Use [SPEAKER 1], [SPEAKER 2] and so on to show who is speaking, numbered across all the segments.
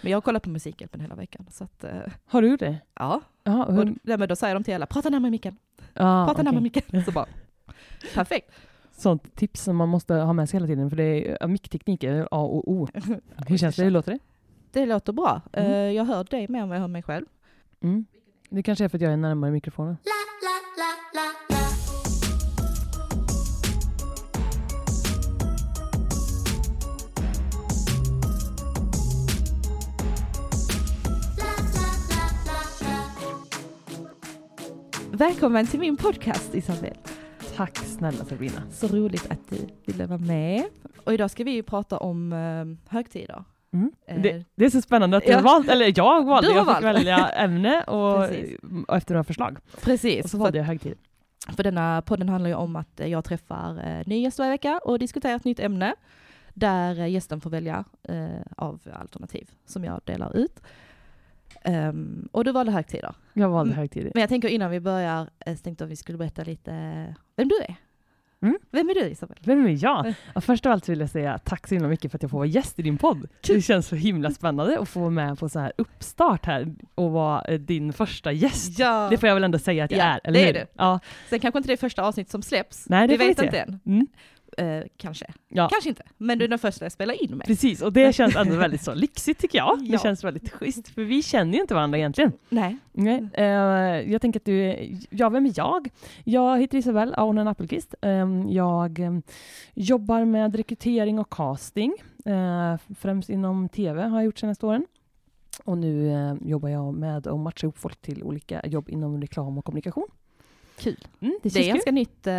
[SPEAKER 1] Men jag har kollat på Musikhjälpen hela veckan. Så att, eh,
[SPEAKER 2] Har du det?
[SPEAKER 1] ja.
[SPEAKER 2] Ja,
[SPEAKER 1] Och,
[SPEAKER 2] hur?
[SPEAKER 1] nej, men då säger de till alla, prata närmare micken,
[SPEAKER 2] Ja,
[SPEAKER 1] prata närmare
[SPEAKER 2] okej.
[SPEAKER 1] micken. Så bara, perfekt.
[SPEAKER 2] Sånt tips som man måste ha med sig hela tiden, för det är ja, mickteknik är A och O. Hur känns det? Hur låter det?
[SPEAKER 1] Det låter bra.
[SPEAKER 2] Mm.
[SPEAKER 1] Eh, jag hör dig mer än vad jag hör mig själv.
[SPEAKER 2] Mm. Det kanske är för att jag är närmare mikrofonen.
[SPEAKER 1] Välkommen till min podcast Isabel.
[SPEAKER 2] Tack snälla Sabrina.
[SPEAKER 1] Så roligt att du ville vara med. Och idag ska vi ju prata om eh, högtider.
[SPEAKER 2] Mm.
[SPEAKER 1] Eh,
[SPEAKER 2] Det, det är så spännande att du
[SPEAKER 1] Ja.
[SPEAKER 2] har valt, eller jag valde,
[SPEAKER 1] Du har
[SPEAKER 2] jag
[SPEAKER 1] valt.
[SPEAKER 2] fick välja ämne och,
[SPEAKER 1] Precis.
[SPEAKER 2] och efter några förslag. Och
[SPEAKER 1] Precis,
[SPEAKER 2] så
[SPEAKER 1] för,
[SPEAKER 2] valde jag högtid.
[SPEAKER 1] för denna podden handlar ju om att eh, jag träffar eh, ny gäst varje vecka och diskuterar ett nytt ämne där eh, gästen får välja eh, av alternativ som jag delar ut. Ehm, och du valde högtider.
[SPEAKER 2] Jag valde
[SPEAKER 1] Mm.
[SPEAKER 2] högtid.
[SPEAKER 1] Men jag tänker innan vi börjar, eh, så tänkte jag att vi skulle berätta lite eh, vem du är.
[SPEAKER 2] Mm.
[SPEAKER 1] Vem är du Isabel?
[SPEAKER 2] Vem är jag? Ja, först av allt vill jag säga tack så himla mycket för att jag får vara gäst i din podd. Det känns så himla spännande att få vara med på så här uppstart här och vara eh, din första gäst.
[SPEAKER 1] Ja.
[SPEAKER 2] Det får jag väl ändå säga att jag
[SPEAKER 1] Ja,
[SPEAKER 2] är, eller
[SPEAKER 1] det är
[SPEAKER 2] hur?
[SPEAKER 1] du.
[SPEAKER 2] Ja,
[SPEAKER 1] Sen kanske inte det är första avsnitt som släpps.
[SPEAKER 2] Nej, det
[SPEAKER 1] vi
[SPEAKER 2] får vi
[SPEAKER 1] vet
[SPEAKER 2] se.
[SPEAKER 1] inte än.
[SPEAKER 2] Mm.
[SPEAKER 1] Eh, kanske.
[SPEAKER 2] Ja.
[SPEAKER 1] Kanske inte. Men du är den första jag spelar in med.
[SPEAKER 2] precis. Och det känns ändå väldigt så lyxigt tycker jag.
[SPEAKER 1] Ja.
[SPEAKER 2] Det känns väldigt schysst, för vi känner ju inte varandra egentligen.
[SPEAKER 1] Nej.
[SPEAKER 2] Nej, eh, jag tänker att du, är- ja vem är jag? Jag heter Isabel Ahonen Appelqvist. Eh, jag eh, jobbar med rekrytering och casting, eh, främst inom TV har jag gjort senaste åren. Och nu eh, jobbar jag med att matcha ihop folk till olika jobb inom reklam och kommunikation.
[SPEAKER 1] Kul.
[SPEAKER 2] Mm,
[SPEAKER 1] Det,
[SPEAKER 2] känns
[SPEAKER 1] är
[SPEAKER 2] kul.
[SPEAKER 1] ganska nytt, eh,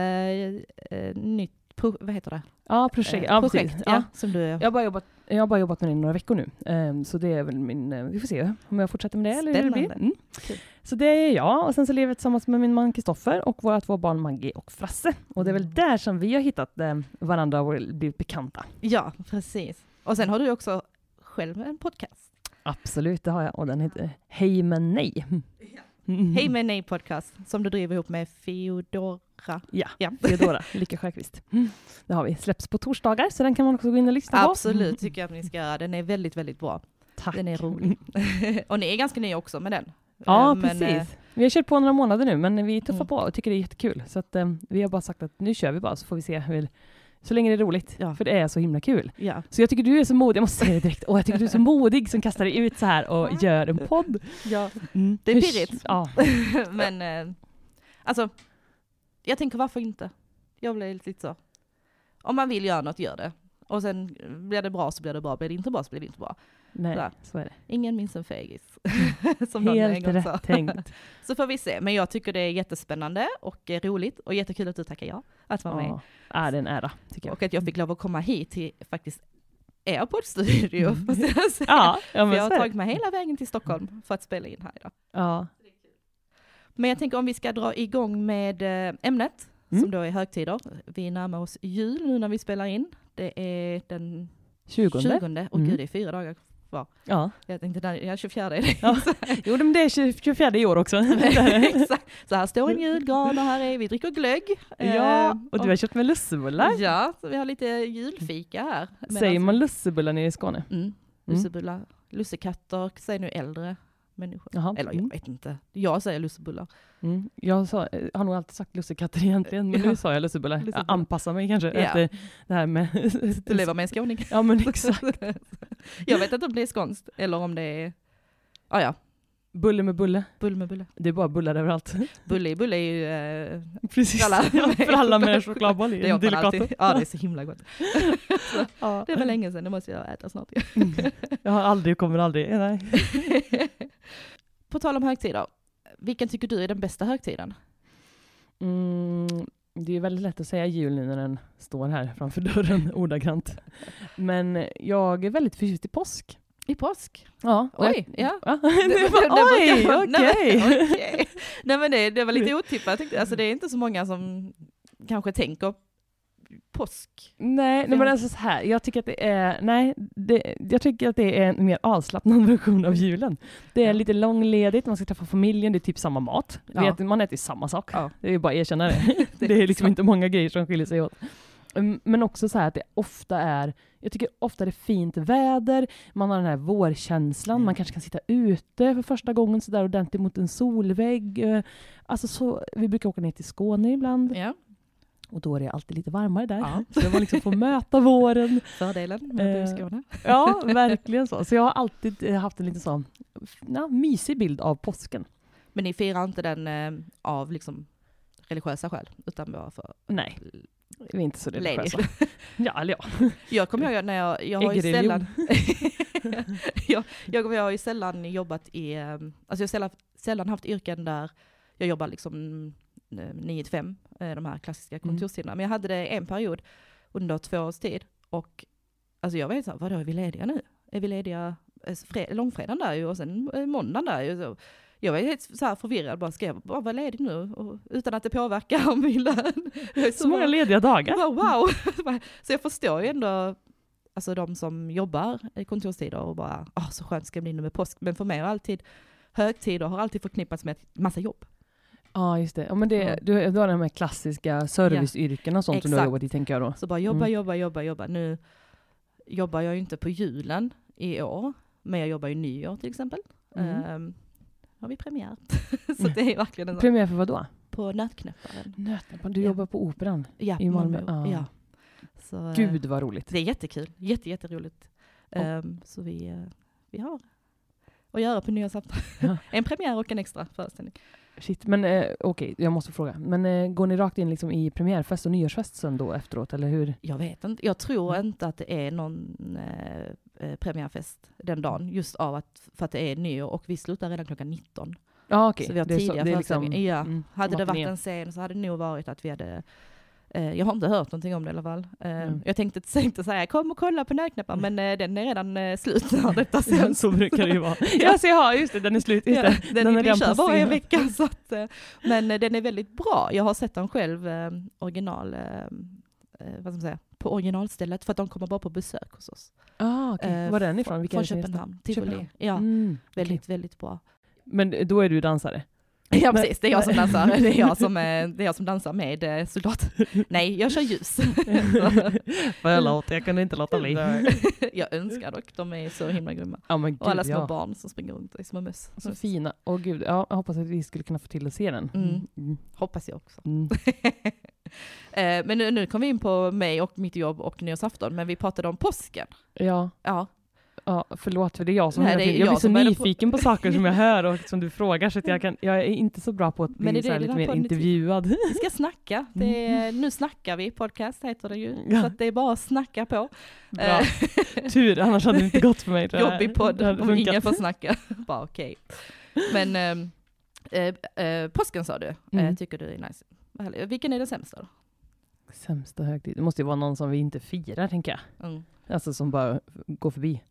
[SPEAKER 1] eh, nytt pro- vad heter det?
[SPEAKER 2] ja, projekt.
[SPEAKER 1] Eh,
[SPEAKER 2] ja,
[SPEAKER 1] projekt
[SPEAKER 2] precis.
[SPEAKER 1] ja,
[SPEAKER 2] Ja.
[SPEAKER 1] som du
[SPEAKER 2] Jag har, bara jobbat, jag har bara jobbat med det i några veckor nu, Ehm, så det är väl min, eh, vi får se om jag fortsätter med det eller hur det blir.
[SPEAKER 1] Spännande.
[SPEAKER 2] Mm.
[SPEAKER 1] Kul.
[SPEAKER 2] Så det är jag, och sen så lever jag tillsammans med min man Kristoffer och våra två barn Maggie och Frasse. Och det är
[SPEAKER 1] Mm.
[SPEAKER 2] väl där som vi har hittat eh, varandra och blivit bekanta.
[SPEAKER 1] Ja, precis. Och sen har du också själv en podcast.
[SPEAKER 2] Absolut, det har jag, och den heter Hej men nej. Mm.
[SPEAKER 1] Hej med nej podcast som du driver ihop med Feodora.
[SPEAKER 2] Ja,
[SPEAKER 1] ja.
[SPEAKER 2] Theodora Lycka Sjökvist. Mm. Det har vi. Släpps på torsdagar, så den kan man också gå in och lyssna på. Mm.
[SPEAKER 1] Absolut tycker jag att ni ska göra. Den är väldigt, väldigt bra.
[SPEAKER 2] Tack.
[SPEAKER 1] Den är rolig. och ni är ganska nya också med den.
[SPEAKER 2] Ja,
[SPEAKER 1] Eh, men, eh,
[SPEAKER 2] precis. Vi har kört på några månader nu, men vi tuffar
[SPEAKER 1] Mm.
[SPEAKER 2] på och tycker det är jättekul. Så att, eh, vi har bara sagt att nu kör vi bara, så får vi se hur... Så länge det är roligt,
[SPEAKER 1] Ja.
[SPEAKER 2] för det är så himla kul.
[SPEAKER 1] Ja,
[SPEAKER 2] Så jag tycker du är så modig, jag måste säga det direkt. Åh, jag tycker du är så modig som kastar dig ut så här och gör en podd.
[SPEAKER 1] ja. Mm. Det är
[SPEAKER 2] Hur-
[SPEAKER 1] pirrigt.
[SPEAKER 2] Ja,
[SPEAKER 1] men eh, alltså, jag tänker varför inte? Jag blir lite så. Om man vill göra något, gör det. Och sen blir det bra så blir det bra, blir det inte bra så blir det inte bra.
[SPEAKER 2] nej,
[SPEAKER 1] Sådär.
[SPEAKER 2] så är det.
[SPEAKER 1] Ingen minns en fegis. Som någon en
[SPEAKER 2] Helt
[SPEAKER 1] gång sa.
[SPEAKER 2] rätt tänkt.
[SPEAKER 1] Så får vi se. Men jag tycker det är jättespännande och eh, roligt och jättekul att du tackar ja. Att vara med.
[SPEAKER 2] Ja, är det är en ära, tycker jag.
[SPEAKER 1] Och att jag fick lov att komma hit till faktiskt er poddstudio. måste jag säga.
[SPEAKER 2] Mm. Ja, ja
[SPEAKER 1] För
[SPEAKER 2] men
[SPEAKER 1] jag har
[SPEAKER 2] så är
[SPEAKER 1] tagit
[SPEAKER 2] det.
[SPEAKER 1] mig hela vägen till Stockholm för att spela in här idag.
[SPEAKER 2] Ja,
[SPEAKER 1] Men jag tänker om vi ska dra igång med eh, ämnet,
[SPEAKER 2] Mm.
[SPEAKER 1] som då är högtider. Vi närmar oss jul nu när vi spelar in. Det är den
[SPEAKER 2] 20.
[SPEAKER 1] 20. Och
[SPEAKER 2] Mm.
[SPEAKER 1] gud, det är fyra dagar.
[SPEAKER 2] Ja.
[SPEAKER 1] Jag tänkte, den- ja, 24 är det.
[SPEAKER 2] Ja. Jo, men det är 20 24 i år också.
[SPEAKER 1] Exakt. Så här står en julgran och här är vi dricker glögg. Eh,
[SPEAKER 2] ja, och du har köpt med lussebullar.
[SPEAKER 1] Ja, så vi har lite julfika här. Medan-
[SPEAKER 2] Säger man lussebullar nere i Skåne?
[SPEAKER 1] Mm, lussebullar, lussekatter, säger nu äldre människor.
[SPEAKER 2] Jaha.
[SPEAKER 1] Eller jag
[SPEAKER 2] Mm.
[SPEAKER 1] vet inte. Jag säger lussebullar.
[SPEAKER 2] Mm. Jag sa, eh, har nog alltid sagt lussekatter egentligen, men
[SPEAKER 1] Ja.
[SPEAKER 2] nu sa jag lussebullar. Jag
[SPEAKER 1] Lussebullar.
[SPEAKER 2] anpassar mig kanske
[SPEAKER 1] Ja.
[SPEAKER 2] efter det här med...
[SPEAKER 1] Du lever med en skåning.
[SPEAKER 2] Ja men exakt.
[SPEAKER 1] jag vet inte om det är skånskt eller om det är... Ah, ja,
[SPEAKER 2] Bulle med bulle.
[SPEAKER 1] bulle med bulle.
[SPEAKER 2] Det är bara bullar överallt.
[SPEAKER 1] Bulle i bulle är ju... Eh,
[SPEAKER 2] Precis.
[SPEAKER 1] Alla-
[SPEAKER 2] Ja, för alla med en chokladboll
[SPEAKER 1] det
[SPEAKER 2] i. En
[SPEAKER 1] jag
[SPEAKER 2] Delicato.
[SPEAKER 1] alltid. Ja, det är så himla gott.
[SPEAKER 2] Ja. Mm.
[SPEAKER 1] Det var länge sedan, det måste jag äta snart.
[SPEAKER 2] Jag har aldrig, kommer aldrig. Eh, Nej.
[SPEAKER 1] På tal om högtider. Vilken tycker du är den bästa högtiden?
[SPEAKER 2] Mm, det är väldigt lätt att säga jul nu när den står här framför dörren ordagrant. Men jag är väldigt förtjust i påsk.
[SPEAKER 1] I påsk?
[SPEAKER 2] Ja. och
[SPEAKER 1] Oj,
[SPEAKER 2] jag,
[SPEAKER 1] ja.
[SPEAKER 2] Va?
[SPEAKER 1] Det- det-
[SPEAKER 2] Det var,
[SPEAKER 1] det brukar-
[SPEAKER 2] oj, okej.
[SPEAKER 1] Nej, men- okej. Nej men det, det var lite otippat. Jag tänkte, Alltså, det är inte så många som kanske tänker påsk.
[SPEAKER 2] Nej, nej men alltså så här, jag tycker att det är, nej, det, jag tycker att det är en mer avslappnad version av julen. Det är
[SPEAKER 1] Ja.
[SPEAKER 2] lite långledigt, man ska träffa familjen, det är typ samma mat.
[SPEAKER 1] Ja.
[SPEAKER 2] Vet, man äter ju samma sak.
[SPEAKER 1] Ja.
[SPEAKER 2] Det är ju bara att erkänna det. det är liksom
[SPEAKER 1] så.
[SPEAKER 2] inte många grejer som skiljer sig åt. Mm, Men också så här att det ofta är, jag tycker ofta det är fint väder, man har den här vårkänslan,
[SPEAKER 1] Mm.
[SPEAKER 2] man kanske kan sitta ute för första gången så där ordentligt mot en solvägg. Eh, Alltså så, vi brukar åka ner till Skåne ibland
[SPEAKER 1] Ja,
[SPEAKER 2] och då är det alltid lite varmare där.
[SPEAKER 1] Ja.
[SPEAKER 2] Så man liksom får möta våren.
[SPEAKER 1] fördelen med att bo i
[SPEAKER 2] Eh,
[SPEAKER 1] Skåne.
[SPEAKER 2] Ja, verkligen så. Så jag har alltid eh, haft en lite sån ja, mysig bild av påsken.
[SPEAKER 1] Men ni firar inte den eh, av liksom religiösa skäl, utan bara för
[SPEAKER 2] Nej, vi är inte så
[SPEAKER 1] Lady.
[SPEAKER 2] religiösa. Ja, eller ja.
[SPEAKER 1] Jag kommer ihåg när jag, jag har ju
[SPEAKER 2] Äggreligion.
[SPEAKER 1] sällan, jag, jag, kommer- jag har ju sällan jobbat i, eh, alltså jag har sällan, sällan haft yrken där jag jobbar liksom 9 till 5, de här klassiska
[SPEAKER 2] Mm.
[SPEAKER 1] kontorstiderna. Men jag hade det en period under två års tid och alltså jag var helt såhär, vadå är vi lediga nu? Är vi lediga, eh, fre- långfredagen där ju och sen eh, måndagen där ju. Så Jag var helt så här förvirrad, bara ska jag bara vara ledig nu? Och, utan att det påverkar min lön. Jag är
[SPEAKER 2] Så många lediga dagar.
[SPEAKER 1] jag bara, wow! så jag förstår ju ändå alltså de som jobbar i kontorstider och bara, åh så skönt ska det bli nu med påsk. Men för mig har alltid högtider har alltid förknippats med ett massa jobb.
[SPEAKER 2] Ja, just det. Ja, men det
[SPEAKER 1] Ja.
[SPEAKER 2] du, du har de här klassiska serviceyrkena och sånt som du har
[SPEAKER 1] Exakt.
[SPEAKER 2] jobbat i, tänker jag då.
[SPEAKER 1] Så bara jobba,
[SPEAKER 2] Mm.
[SPEAKER 1] jobba, jobba, jobba. Nu jobbar jag ju inte på julen i år, men jag jobbar ju nyår till exempel.
[SPEAKER 2] Mm.
[SPEAKER 1] Ehm, har vi premiär. så det är verkligen en sån,
[SPEAKER 2] Premiär för vad då?
[SPEAKER 1] på Nötknäpparen.
[SPEAKER 2] Nötnäppan, du
[SPEAKER 1] Ja.
[SPEAKER 2] jobbar på Operan.
[SPEAKER 1] Ja,
[SPEAKER 2] I Malmö, ja.
[SPEAKER 1] Ja. Så, eh,
[SPEAKER 2] Gud vad roligt.
[SPEAKER 1] Det är jättekul, jätte, jätteroligt.
[SPEAKER 2] Ja.
[SPEAKER 1] Ehm, så vi, eh, vi har att göra på nyårsafton.
[SPEAKER 2] Ja.
[SPEAKER 1] en premiär och en extra föreställning.
[SPEAKER 2] Shit, men eh, okej, jag måste fråga. Men eh, går ni rakt in liksom i premiärfest och nyårsfest sen då efteråt, eller hur?
[SPEAKER 1] Jag vet inte, jag tror
[SPEAKER 2] Mm.
[SPEAKER 1] inte att det är någon eh, eh, premiärfest den dagen, just av att, för att det är nyår och vi slutar redan klockan 19.
[SPEAKER 2] Ja, okej.
[SPEAKER 1] Så vi har
[SPEAKER 2] Det är
[SPEAKER 1] tidiga
[SPEAKER 2] det är
[SPEAKER 1] föreställningar. Ja.
[SPEAKER 2] mm,
[SPEAKER 1] Hade det varit
[SPEAKER 2] matiné.
[SPEAKER 1] en scen så hade det nog varit att vi hade eh, jag har inte hört någonting om det i alla fall. Eh,
[SPEAKER 2] Mm.
[SPEAKER 1] Jag tänkte, tänkte säga kom och kolla på nötknäpparen men eh, den är redan eh, slut när detta
[SPEAKER 2] Ja,
[SPEAKER 1] sänds.
[SPEAKER 2] så brukar det ju vara. Ja, så ja, just det, den är slut. Just
[SPEAKER 1] Ja,
[SPEAKER 2] det.
[SPEAKER 1] den, vi
[SPEAKER 2] redan
[SPEAKER 1] kör bara en
[SPEAKER 2] passerat.
[SPEAKER 1] vecka. Så att, eh, men eh, den är väldigt bra. Jag har sett den själv, eh, original, eh, eh, vad ska man säga, på originalstället för att de kommer bara på besök hos oss.
[SPEAKER 2] Ah, okej.
[SPEAKER 1] Eh,
[SPEAKER 2] Var är ni ifrån? Vilka
[SPEAKER 1] Från
[SPEAKER 2] är det som är nästa?
[SPEAKER 1] Köpenhamn, Tivoli.
[SPEAKER 2] Köpenhamn.
[SPEAKER 1] Ja,
[SPEAKER 2] Mm,
[SPEAKER 1] väldigt,
[SPEAKER 2] okej.
[SPEAKER 1] väldigt bra.
[SPEAKER 2] Men eh, då är du dansare?
[SPEAKER 1] Ja
[SPEAKER 2] Men-
[SPEAKER 1] precis, det är jag som dansar, det är jag som, eh, det är jag som dansar med eh, soldat. Nej, jag kör ljus.
[SPEAKER 2] Förlåt, jag kunde inte låta bli.
[SPEAKER 1] jag önskar dock, de är så himla grymma.
[SPEAKER 2] Ja, men gud,
[SPEAKER 1] Och alla små
[SPEAKER 2] ja.
[SPEAKER 1] barn som springer runt i små möss.
[SPEAKER 2] Så fina. Åh gud, ja, jag hoppas att vi skulle kunna få till att se den.
[SPEAKER 1] Mm. Hoppas jag också.
[SPEAKER 2] Mm.
[SPEAKER 1] Eh, men nu, nu kom vi in på mig och mitt jobb och nyårsafton, men vi pratade om påsken.
[SPEAKER 2] Ja,
[SPEAKER 1] Ja,
[SPEAKER 2] ja, förlåt för det är jag som
[SPEAKER 1] Nej,
[SPEAKER 2] hela
[SPEAKER 1] det är
[SPEAKER 2] tiden-
[SPEAKER 1] jag
[SPEAKER 2] Jag blir så
[SPEAKER 1] som började på- Mm.
[SPEAKER 2] nyfiken på saker som jag hör och som du frågar så att jag, kan, jag är inte så bra på att
[SPEAKER 1] Men är
[SPEAKER 2] bli så
[SPEAKER 1] det
[SPEAKER 2] här lite
[SPEAKER 1] dina
[SPEAKER 2] mer
[SPEAKER 1] poäng lite-
[SPEAKER 2] intervjuad.
[SPEAKER 1] vi ska snacka. Det är, nu snackar vi, podcast heter det ju.
[SPEAKER 2] Mm. Ja.
[SPEAKER 1] Så att det är bara att snacka på.
[SPEAKER 2] Bra. Tur, annars hade det inte gått för mig. Det här-
[SPEAKER 1] Jobbig podd
[SPEAKER 2] det hade
[SPEAKER 1] om
[SPEAKER 2] funkat.
[SPEAKER 1] ingen får snacka. bara okej. Men ehm, eh, eh, påsken sa du,
[SPEAKER 2] Mm.
[SPEAKER 1] eh, tycker du är nice. Vad härligt. Vilken är den sämsta då?
[SPEAKER 2] Sämsta högtid. Det måste ju vara någon som vi inte firar, tänker jag.
[SPEAKER 1] Mm.
[SPEAKER 2] Alltså som bara går förbi.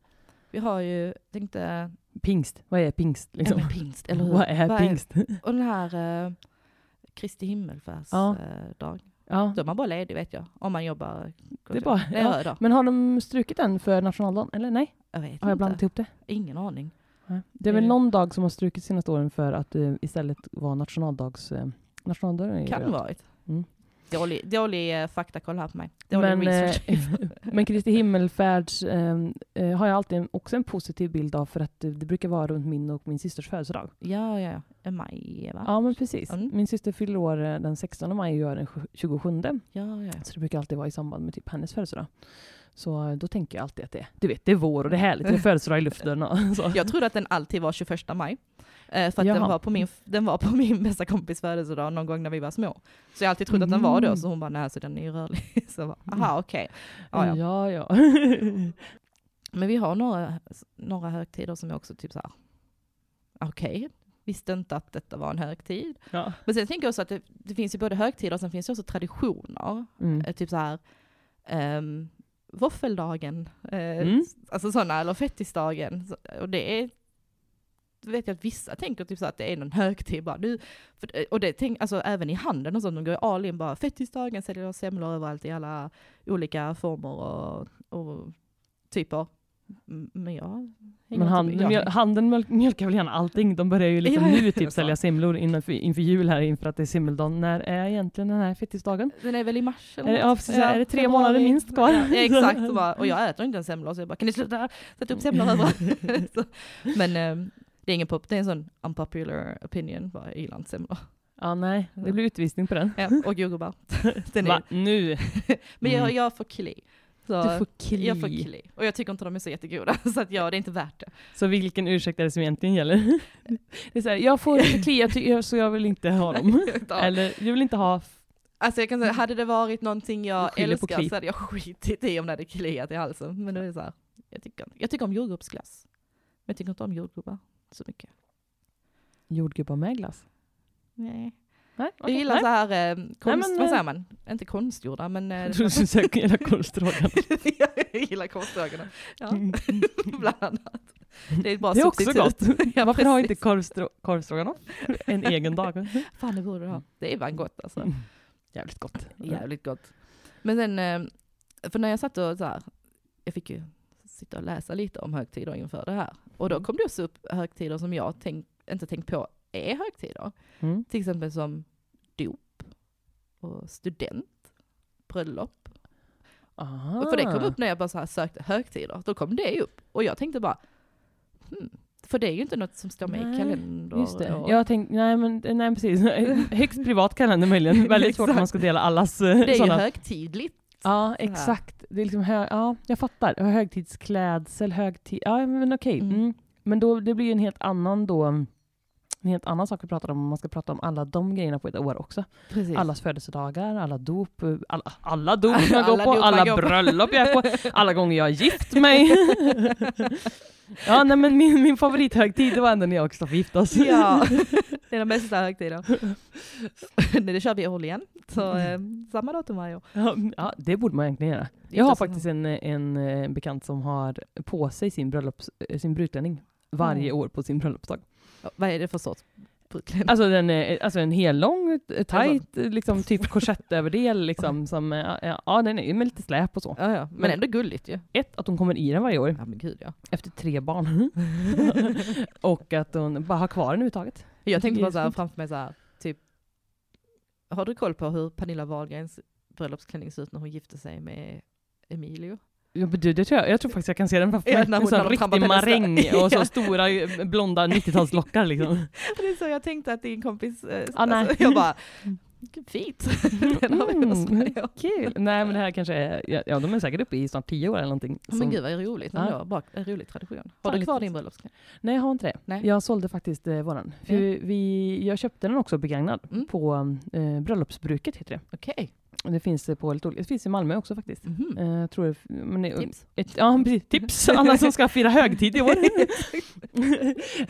[SPEAKER 1] Vi har ju, tänkte,
[SPEAKER 2] Pingst, vad är pingst?
[SPEAKER 1] liksom.
[SPEAKER 2] Liksom?
[SPEAKER 1] pingst, eller hur?
[SPEAKER 2] Vad är pingst?
[SPEAKER 1] Och den här eh, Kristi himmelfärdsdag.
[SPEAKER 2] Ja.
[SPEAKER 1] Eh, dag.
[SPEAKER 2] Ja,
[SPEAKER 1] Då är man bara ledig vet jag, om man jobbar.
[SPEAKER 2] det är bara...
[SPEAKER 1] Det är
[SPEAKER 2] Ja.
[SPEAKER 1] jag,
[SPEAKER 2] Men har de strukit den för nationaldagen? Eller nej?
[SPEAKER 1] jag vet
[SPEAKER 2] Har jag blandat
[SPEAKER 1] inte.
[SPEAKER 2] ihop det?
[SPEAKER 1] Ingen aning.
[SPEAKER 2] Nej. Det är väl
[SPEAKER 1] Eh.
[SPEAKER 2] någon dag som har strukit senaste åren för att eh, istället vara nationaldags... Eh, nationaldagen är ju
[SPEAKER 1] Kan
[SPEAKER 2] röd.
[SPEAKER 1] varit.
[SPEAKER 2] Mm.
[SPEAKER 1] Dålig, dålig eh, faktakoll här på mig. Dålig
[SPEAKER 2] Men,
[SPEAKER 1] research.
[SPEAKER 2] eh, men Kristi himmelfärds eh, eh, har jag alltid en, också en positiv bild av för att eh, det brukar vara runt min och min systers födelsedag.
[SPEAKER 1] Ja, ja, ja. Maj, va?
[SPEAKER 2] Ja men precis.
[SPEAKER 1] Mm.
[SPEAKER 2] Min syster fyller år eh, den 16 maj och jag den 27.
[SPEAKER 1] Ja, ja.
[SPEAKER 2] Så det brukar alltid vara i samband med typ hennes födelsedag. Så eh, då tänker jag alltid att det är, du vet, det är vår och det är härligt, det är födelsedag i luften och så.
[SPEAKER 1] Jag trodde att den alltid var 21 maj. eh, För att den
[SPEAKER 2] Jaha.
[SPEAKER 1] var, på min, den var på min bästa kompis födelsedag någon gång när vi var små. Så jag har alltid trott att den var
[SPEAKER 2] Mm.
[SPEAKER 1] då, så hon bara nej, så den är ju rörlig. Så jag bara, aha okej. Ja, ja.
[SPEAKER 2] ja. ja.
[SPEAKER 1] Men vi har några, några högtider som jag också typ så här. okej, visste inte att detta var en högtid.
[SPEAKER 2] ja.
[SPEAKER 1] Men sen tänker jag också att det, det finns ju både högtider och sen finns det också traditioner.
[SPEAKER 2] Mm.
[SPEAKER 1] Eh, Typ så här, ehm, våffeldagen, eh,
[SPEAKER 2] Mm.
[SPEAKER 1] alltså sådana, eller fettisdagen. Så- Och det är, då vet jag att vissa tänker typ så att det är någon högtid bara nu. För, eh, och det tänk, alltså även i handeln och sånt, de går ju all in bara fettisdagen, säljer semlor överallt i alla olika former och, och typer. M- Men jag hänger
[SPEAKER 2] Men han,
[SPEAKER 1] inte med.
[SPEAKER 2] mjöl,
[SPEAKER 1] jag,
[SPEAKER 2] handeln mjöl, mjölkar väl gärna allting. De börjar ju liksom
[SPEAKER 1] Ja, ja.
[SPEAKER 2] nu typ sälja semlor inför, inför jul här inför att det är simmeldagen. När är egentligen den här fettisdagen?
[SPEAKER 1] den är väl i mars eller
[SPEAKER 2] Är det-
[SPEAKER 1] något?
[SPEAKER 2] ja, precis, är det tre månader minst kvar?
[SPEAKER 1] Ja, exakt, och, bara, och jag äter inte en semla så jag bara kan ni sluta sätta upp semlor överallt? Så, Men eh, det är ingen pop, det är en sån unpopular opinion, bara, jag gillar inte semlor.
[SPEAKER 2] Ja, nej, det blir utvisning på den.
[SPEAKER 1] Ja, och jordgubbar. Den
[SPEAKER 2] Va?
[SPEAKER 1] är,
[SPEAKER 2] Nu?
[SPEAKER 1] men jag,
[SPEAKER 2] Mm.
[SPEAKER 1] jag får kli. Så,
[SPEAKER 2] Du får kli.
[SPEAKER 1] Jag får kli. Och jag tycker inte de är så jättegoda, så att ja, det är inte värt det.
[SPEAKER 2] Så vilken ursäkt är det som egentligen gäller? Det är så här, jag får klia ty- jag- så jag vill inte ha dem.
[SPEAKER 1] Ja.
[SPEAKER 2] Eller, jag vill inte ha... f-
[SPEAKER 1] Alltså jag kan säga, hade det varit någonting
[SPEAKER 2] Du
[SPEAKER 1] jag
[SPEAKER 2] skyller på
[SPEAKER 1] älskar
[SPEAKER 2] kli.
[SPEAKER 1] så hade jag skitit i om det hade kliat i halsen. Men det är så här, jag tycker, jag tycker om jordgubbsglass. Men jag tycker inte om jordgubbar så mycket.
[SPEAKER 2] Jordgubbar med glass?
[SPEAKER 1] Nej.
[SPEAKER 2] Nej,
[SPEAKER 1] Jag
[SPEAKER 2] okej,
[SPEAKER 1] gillar
[SPEAKER 2] nej.
[SPEAKER 1] så här, eh, konst,
[SPEAKER 2] men,
[SPEAKER 1] vad
[SPEAKER 2] eh,
[SPEAKER 1] säger man? Inte konstgjorda, men... eh,
[SPEAKER 2] Jag tror du skulle säga hela korvstrågan.
[SPEAKER 1] jag gillar konstdragorna. Ja, bland annat. Det är ett bra
[SPEAKER 2] Mm, Det är också
[SPEAKER 1] substitut.
[SPEAKER 2] gott.
[SPEAKER 1] Ja,
[SPEAKER 2] Varför har
[SPEAKER 1] precis.
[SPEAKER 2] inte korvstrå- korvstroganoff en egen dag?
[SPEAKER 1] Fan, det borde du ha. Det är fan gott
[SPEAKER 2] Mm.
[SPEAKER 1] alltså.
[SPEAKER 2] Jävligt gott.
[SPEAKER 1] Jävligt gott. Men sen, eh, för när jag satt och så här, jag fick ju sitta och läsa lite om högtider inför det här. Och
[SPEAKER 2] Mm.
[SPEAKER 1] då kom det också upp högtider som jag tänk, inte tänkt på är högtider.
[SPEAKER 2] Mm.
[SPEAKER 1] Till exempel som dop, och student, bröllop.
[SPEAKER 2] Aha.
[SPEAKER 1] Och för det kom upp när jag bara så här sökte högtider, då kom det upp. Och jag tänkte bara, hmm, för det är ju inte något som står med
[SPEAKER 2] Nej,
[SPEAKER 1] i kalender.
[SPEAKER 2] Just det.
[SPEAKER 1] och-
[SPEAKER 2] Jag tänkte, nej men nej, precis. Högst privat kalender möjligen. Väldigt svårt om man ska dela allas eh,
[SPEAKER 1] det är ju
[SPEAKER 2] sådana.
[SPEAKER 1] högtidligt.
[SPEAKER 2] Ja, exakt. Det är liksom hö- ja, jag fattar. Högtidsklädsel, högtid... Ja, men okej.
[SPEAKER 1] Mm.
[SPEAKER 2] Mm. Men då, det blir ju en helt annan då... En helt annan sak vi pratar om om man ska prata om alla de grejerna på ett år också.
[SPEAKER 1] Precis.
[SPEAKER 2] Allas födelsedagar, alla dop, alla, alla dop jag
[SPEAKER 1] Alla
[SPEAKER 2] går på,
[SPEAKER 1] dop man
[SPEAKER 2] alla
[SPEAKER 1] går på.
[SPEAKER 2] bröllop jag är på, alla gånger jag har gift mig. ja, nej men min, min favorithögtid det var ändå när jag och Kristoffer gifte oss.
[SPEAKER 1] Ja, det är de bästa högtiderna. Nej, det kör vi i år igen. Så eh, samma datum varje år.
[SPEAKER 2] Ja, ja, det borde man egentligen göra. Jag har faktiskt en, en, eh, bekant som har på sig sin, bröllops, eh, sin brudklänning varje
[SPEAKER 1] Mm.
[SPEAKER 2] år på sin bröllopsdag.
[SPEAKER 1] Vad är det för sorts brudklänning?
[SPEAKER 2] Alltså, den, eh, alltså en hel lång, eh, tight, eh, liksom, typ korsetöverdel liksom, som, eh, ja, ja den är ju med lite släp och så.
[SPEAKER 1] Ja, ja. Men
[SPEAKER 2] men-
[SPEAKER 1] ändå gulligt ju.
[SPEAKER 2] Ett, att hon kommer i den varje år
[SPEAKER 1] Ja men gud ja.
[SPEAKER 2] efter tre barn. och att hon bara har kvar den överhuvudtaget.
[SPEAKER 1] Jag tänkte
[SPEAKER 2] tycker
[SPEAKER 1] bara
[SPEAKER 2] det
[SPEAKER 1] så
[SPEAKER 2] är
[SPEAKER 1] här
[SPEAKER 2] fint.
[SPEAKER 1] framför mig så här, typ. Har du koll på hur Pernilla Wahlgrens bröllopsklänning ser ut när hon gifte sig med Emilio?
[SPEAKER 2] Ja, men du, det tror jag. jag tror faktiskt jag kan se den framför
[SPEAKER 1] Ja,
[SPEAKER 2] mig.
[SPEAKER 1] när
[SPEAKER 2] En
[SPEAKER 1] hon- när
[SPEAKER 2] sån
[SPEAKER 1] hon
[SPEAKER 2] riktig
[SPEAKER 1] trampar på hennes-
[SPEAKER 2] maräng och så
[SPEAKER 1] Ja.
[SPEAKER 2] stora eh, blonda 90-talslockar liksom.
[SPEAKER 1] Det är så jag tänkte att din kompis, eh,
[SPEAKER 2] Ah, nej. Mm.
[SPEAKER 1] jag bara, gud fint. Den har vi hos mig.
[SPEAKER 2] Kul! Nej men det här kanske är, ja, ja de är säkert uppe i snart 10 år eller någonting.
[SPEAKER 1] Ja, Men
[SPEAKER 2] Som-
[SPEAKER 1] gud vad roligt
[SPEAKER 2] Ja.
[SPEAKER 1] ändå, bara en rolig tradition.
[SPEAKER 2] Ja,
[SPEAKER 1] Har du
[SPEAKER 2] lite
[SPEAKER 1] kvar din
[SPEAKER 2] så.
[SPEAKER 1] bröllopsklänning?
[SPEAKER 2] Nej jag har inte det.
[SPEAKER 1] Nej.
[SPEAKER 2] Jag sålde faktiskt eh, våran. För vi, jag köpte den också begagnad
[SPEAKER 1] Mm.
[SPEAKER 2] på eh, Bröllopsbruket heter det.
[SPEAKER 1] Okej.
[SPEAKER 2] Och det finns eh, på lite olika, det finns i Malmö också faktiskt.
[SPEAKER 1] Mhm.
[SPEAKER 2] Eh, jag tror det, men det,
[SPEAKER 1] Tips.
[SPEAKER 2] Ett, ja, precis. Tips alla som ska fira högtid i år.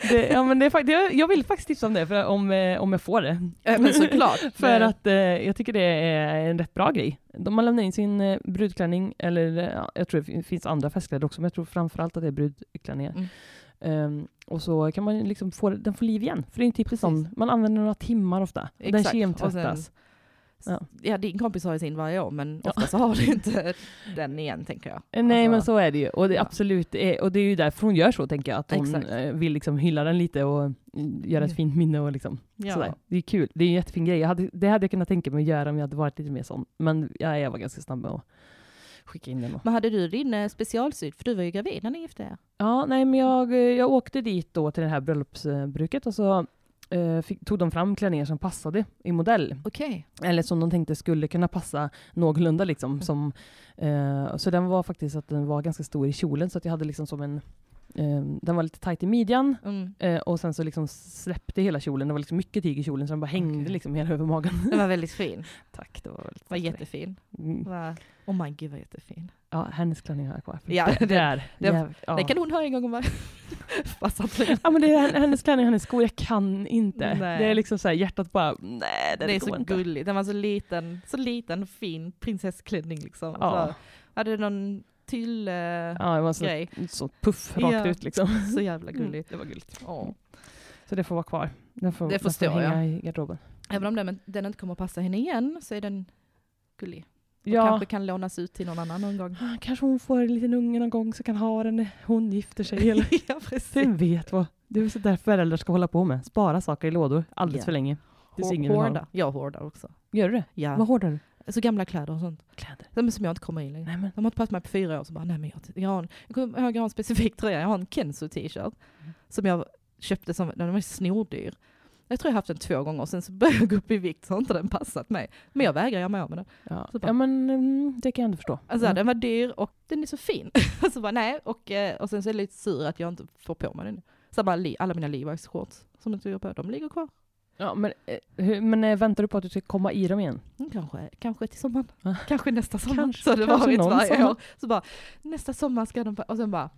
[SPEAKER 2] det, ja, men det är, fakt- jag, jag vill faktiskt tipsa om det, för om, eh, om jag får det.
[SPEAKER 1] Ja, Äh, men såklart.
[SPEAKER 2] För att eh, jag tycker det är en rätt bra grej. De- Man lämnar in sin eh, brudklänning, eller eh, ja, jag tror det fin- finns andra festkläder också, men jag tror framförallt att det är brudklänningar.
[SPEAKER 1] Mm.
[SPEAKER 2] Ehm, och så kan man ju liksom få den får liv igen, för det är ju typiskt sån,
[SPEAKER 1] Precis.
[SPEAKER 2] man använder några timmar ofta. Och Eh, den
[SPEAKER 1] Exakt, och
[SPEAKER 2] kemtvättas.
[SPEAKER 1] sen- Ja.
[SPEAKER 2] Ja.
[SPEAKER 1] din kompis har ju sin varje år, men
[SPEAKER 2] Ja.
[SPEAKER 1] ofta så har du inte den igen, tänker jag.
[SPEAKER 2] Eh, Nej
[SPEAKER 1] Alltså,
[SPEAKER 2] men så är det ju, och det, är
[SPEAKER 1] ja.
[SPEAKER 2] absolut, eh, och det är ju därför hon gör så tänker jag, att hon
[SPEAKER 1] Exakt.
[SPEAKER 2] eh, vill liksom hylla den lite och mm, göra ett
[SPEAKER 1] Mm.
[SPEAKER 2] fint minne och liksom
[SPEAKER 1] ja.
[SPEAKER 2] sådär. Det är kul, det är en jättefin grej. Jag hade, det hade jag kunnat tänka mig att göra om jag hade varit lite mer sån, men ja, jag var ganska snabb med att skicka in den. Och.
[SPEAKER 1] Men hade du din eh, specialsyd? För du var ju gravid när ni gifte er.
[SPEAKER 2] Ja, nej men jag, eh, jag åkte dit då till det här bröllopsbruket och så eh, fick, tog de fram klänningar som passade i modell.
[SPEAKER 1] Okej.
[SPEAKER 2] Eller som de tänkte skulle kunna passa någorlunda
[SPEAKER 1] Mm.
[SPEAKER 2] liksom. Som, eh, så den var faktiskt att den var ganska stor i kjolen så att jag hade liksom som en eh, den var lite tajt i midjan
[SPEAKER 1] Mm.
[SPEAKER 2] eh, och sen så liksom släppte hela kjolen. Det var liksom mycket tyg i kjolen så den bara hängde
[SPEAKER 1] Okej.
[SPEAKER 2] liksom hela över magen.
[SPEAKER 1] Den var väldigt fin.
[SPEAKER 2] Tack, det var väldigt
[SPEAKER 1] Var
[SPEAKER 2] snällt av dig.
[SPEAKER 1] jättefin.
[SPEAKER 2] Mm.
[SPEAKER 1] Var... Oh my gud vad jättefin.
[SPEAKER 2] Ja, hennes klänning har jag kvar.
[SPEAKER 1] Ja,
[SPEAKER 2] Där-
[SPEAKER 1] den-
[SPEAKER 2] där.
[SPEAKER 1] den-
[SPEAKER 2] Jäv- ja.
[SPEAKER 1] Det kan hon ha en gång om varje... Fast att det
[SPEAKER 2] Ja men det är hennes klänning, hennes skor, jag kan inte.
[SPEAKER 1] Nej.
[SPEAKER 2] Det är liksom så här, hjärtat bara, nej det,
[SPEAKER 1] det är
[SPEAKER 2] går
[SPEAKER 1] så
[SPEAKER 2] inte.
[SPEAKER 1] gulligt. Den var så liten, så liten fin prinsessklänning liksom.
[SPEAKER 2] Ja.
[SPEAKER 1] Så hade du någon till eh,
[SPEAKER 2] Ja, det var så,
[SPEAKER 1] grej.
[SPEAKER 2] så puff rakt
[SPEAKER 1] Ja.
[SPEAKER 2] ut liksom.
[SPEAKER 1] Så jävla gullig.
[SPEAKER 2] Det var gulligt.
[SPEAKER 1] Åh.
[SPEAKER 2] Så det får vara kvar. Den får,
[SPEAKER 1] Det
[SPEAKER 2] den
[SPEAKER 1] förstår
[SPEAKER 2] får hänga
[SPEAKER 1] jag.
[SPEAKER 2] i garderoben.
[SPEAKER 1] Även om den, den inte kommer att passa henne igen så är den gullig. Och
[SPEAKER 2] Ja,
[SPEAKER 1] kanske kan lånas ut till någon annan någon gång.
[SPEAKER 2] Ah, kanske hon får en liten unge någon gång så kan ha den när hon gifter sig. Eller?
[SPEAKER 1] ja, precis.
[SPEAKER 2] Vem vet vad? Det är väl sådär föräldrar ska hålla på med. Spara saker i lådor alldeles
[SPEAKER 1] Ja.
[SPEAKER 2] för länge. tills ingen vill ha
[SPEAKER 1] Hårda. Jag hårdar också.
[SPEAKER 2] dem. Gör du det?
[SPEAKER 1] Ja.
[SPEAKER 2] Vad hårdar du?
[SPEAKER 1] Så gamla kläder och sånt.
[SPEAKER 2] Kläder.
[SPEAKER 1] Nej, men Som jag inte kommer in längre.
[SPEAKER 2] Nej men.
[SPEAKER 1] De har inte passat mig på fyra år. Så bara, nej, men jag, jag, har en, jag kommer ihåg jag har en specifik tröja. Jag har en Kenzo t-shirt. Som jag köpte som, den var snordyr. Jag tror jag haft den två gånger. Sen så började jag gå upp i vikt så har inte den passat mig. Men jag vägrar göra mig av med den.
[SPEAKER 2] Ja,
[SPEAKER 1] Så bara-
[SPEAKER 2] ja men mm, det kan jag ändå förstå.
[SPEAKER 1] Alltså
[SPEAKER 2] Mm.
[SPEAKER 1] den var dyr och den är så fin. så bara nej, och, eh, och sen så är jag lite sur att jag inte får på mig den. Så bara, li- alla mina Levi's shorts som jag inte gör på, de ligger kvar.
[SPEAKER 2] Ja, men, eh, hur, men eh, väntar du på att du ska komma i dem igen?
[SPEAKER 1] Mm, Kanske, kanske till sommaren,
[SPEAKER 2] Ja.
[SPEAKER 1] kanske nästa sommar.
[SPEAKER 2] Kanske-
[SPEAKER 1] så har det
[SPEAKER 2] kanske
[SPEAKER 1] varit
[SPEAKER 2] någon
[SPEAKER 1] varje
[SPEAKER 2] sommar.
[SPEAKER 1] år. Så bara, nästa sommar ska de, på- och sen bara,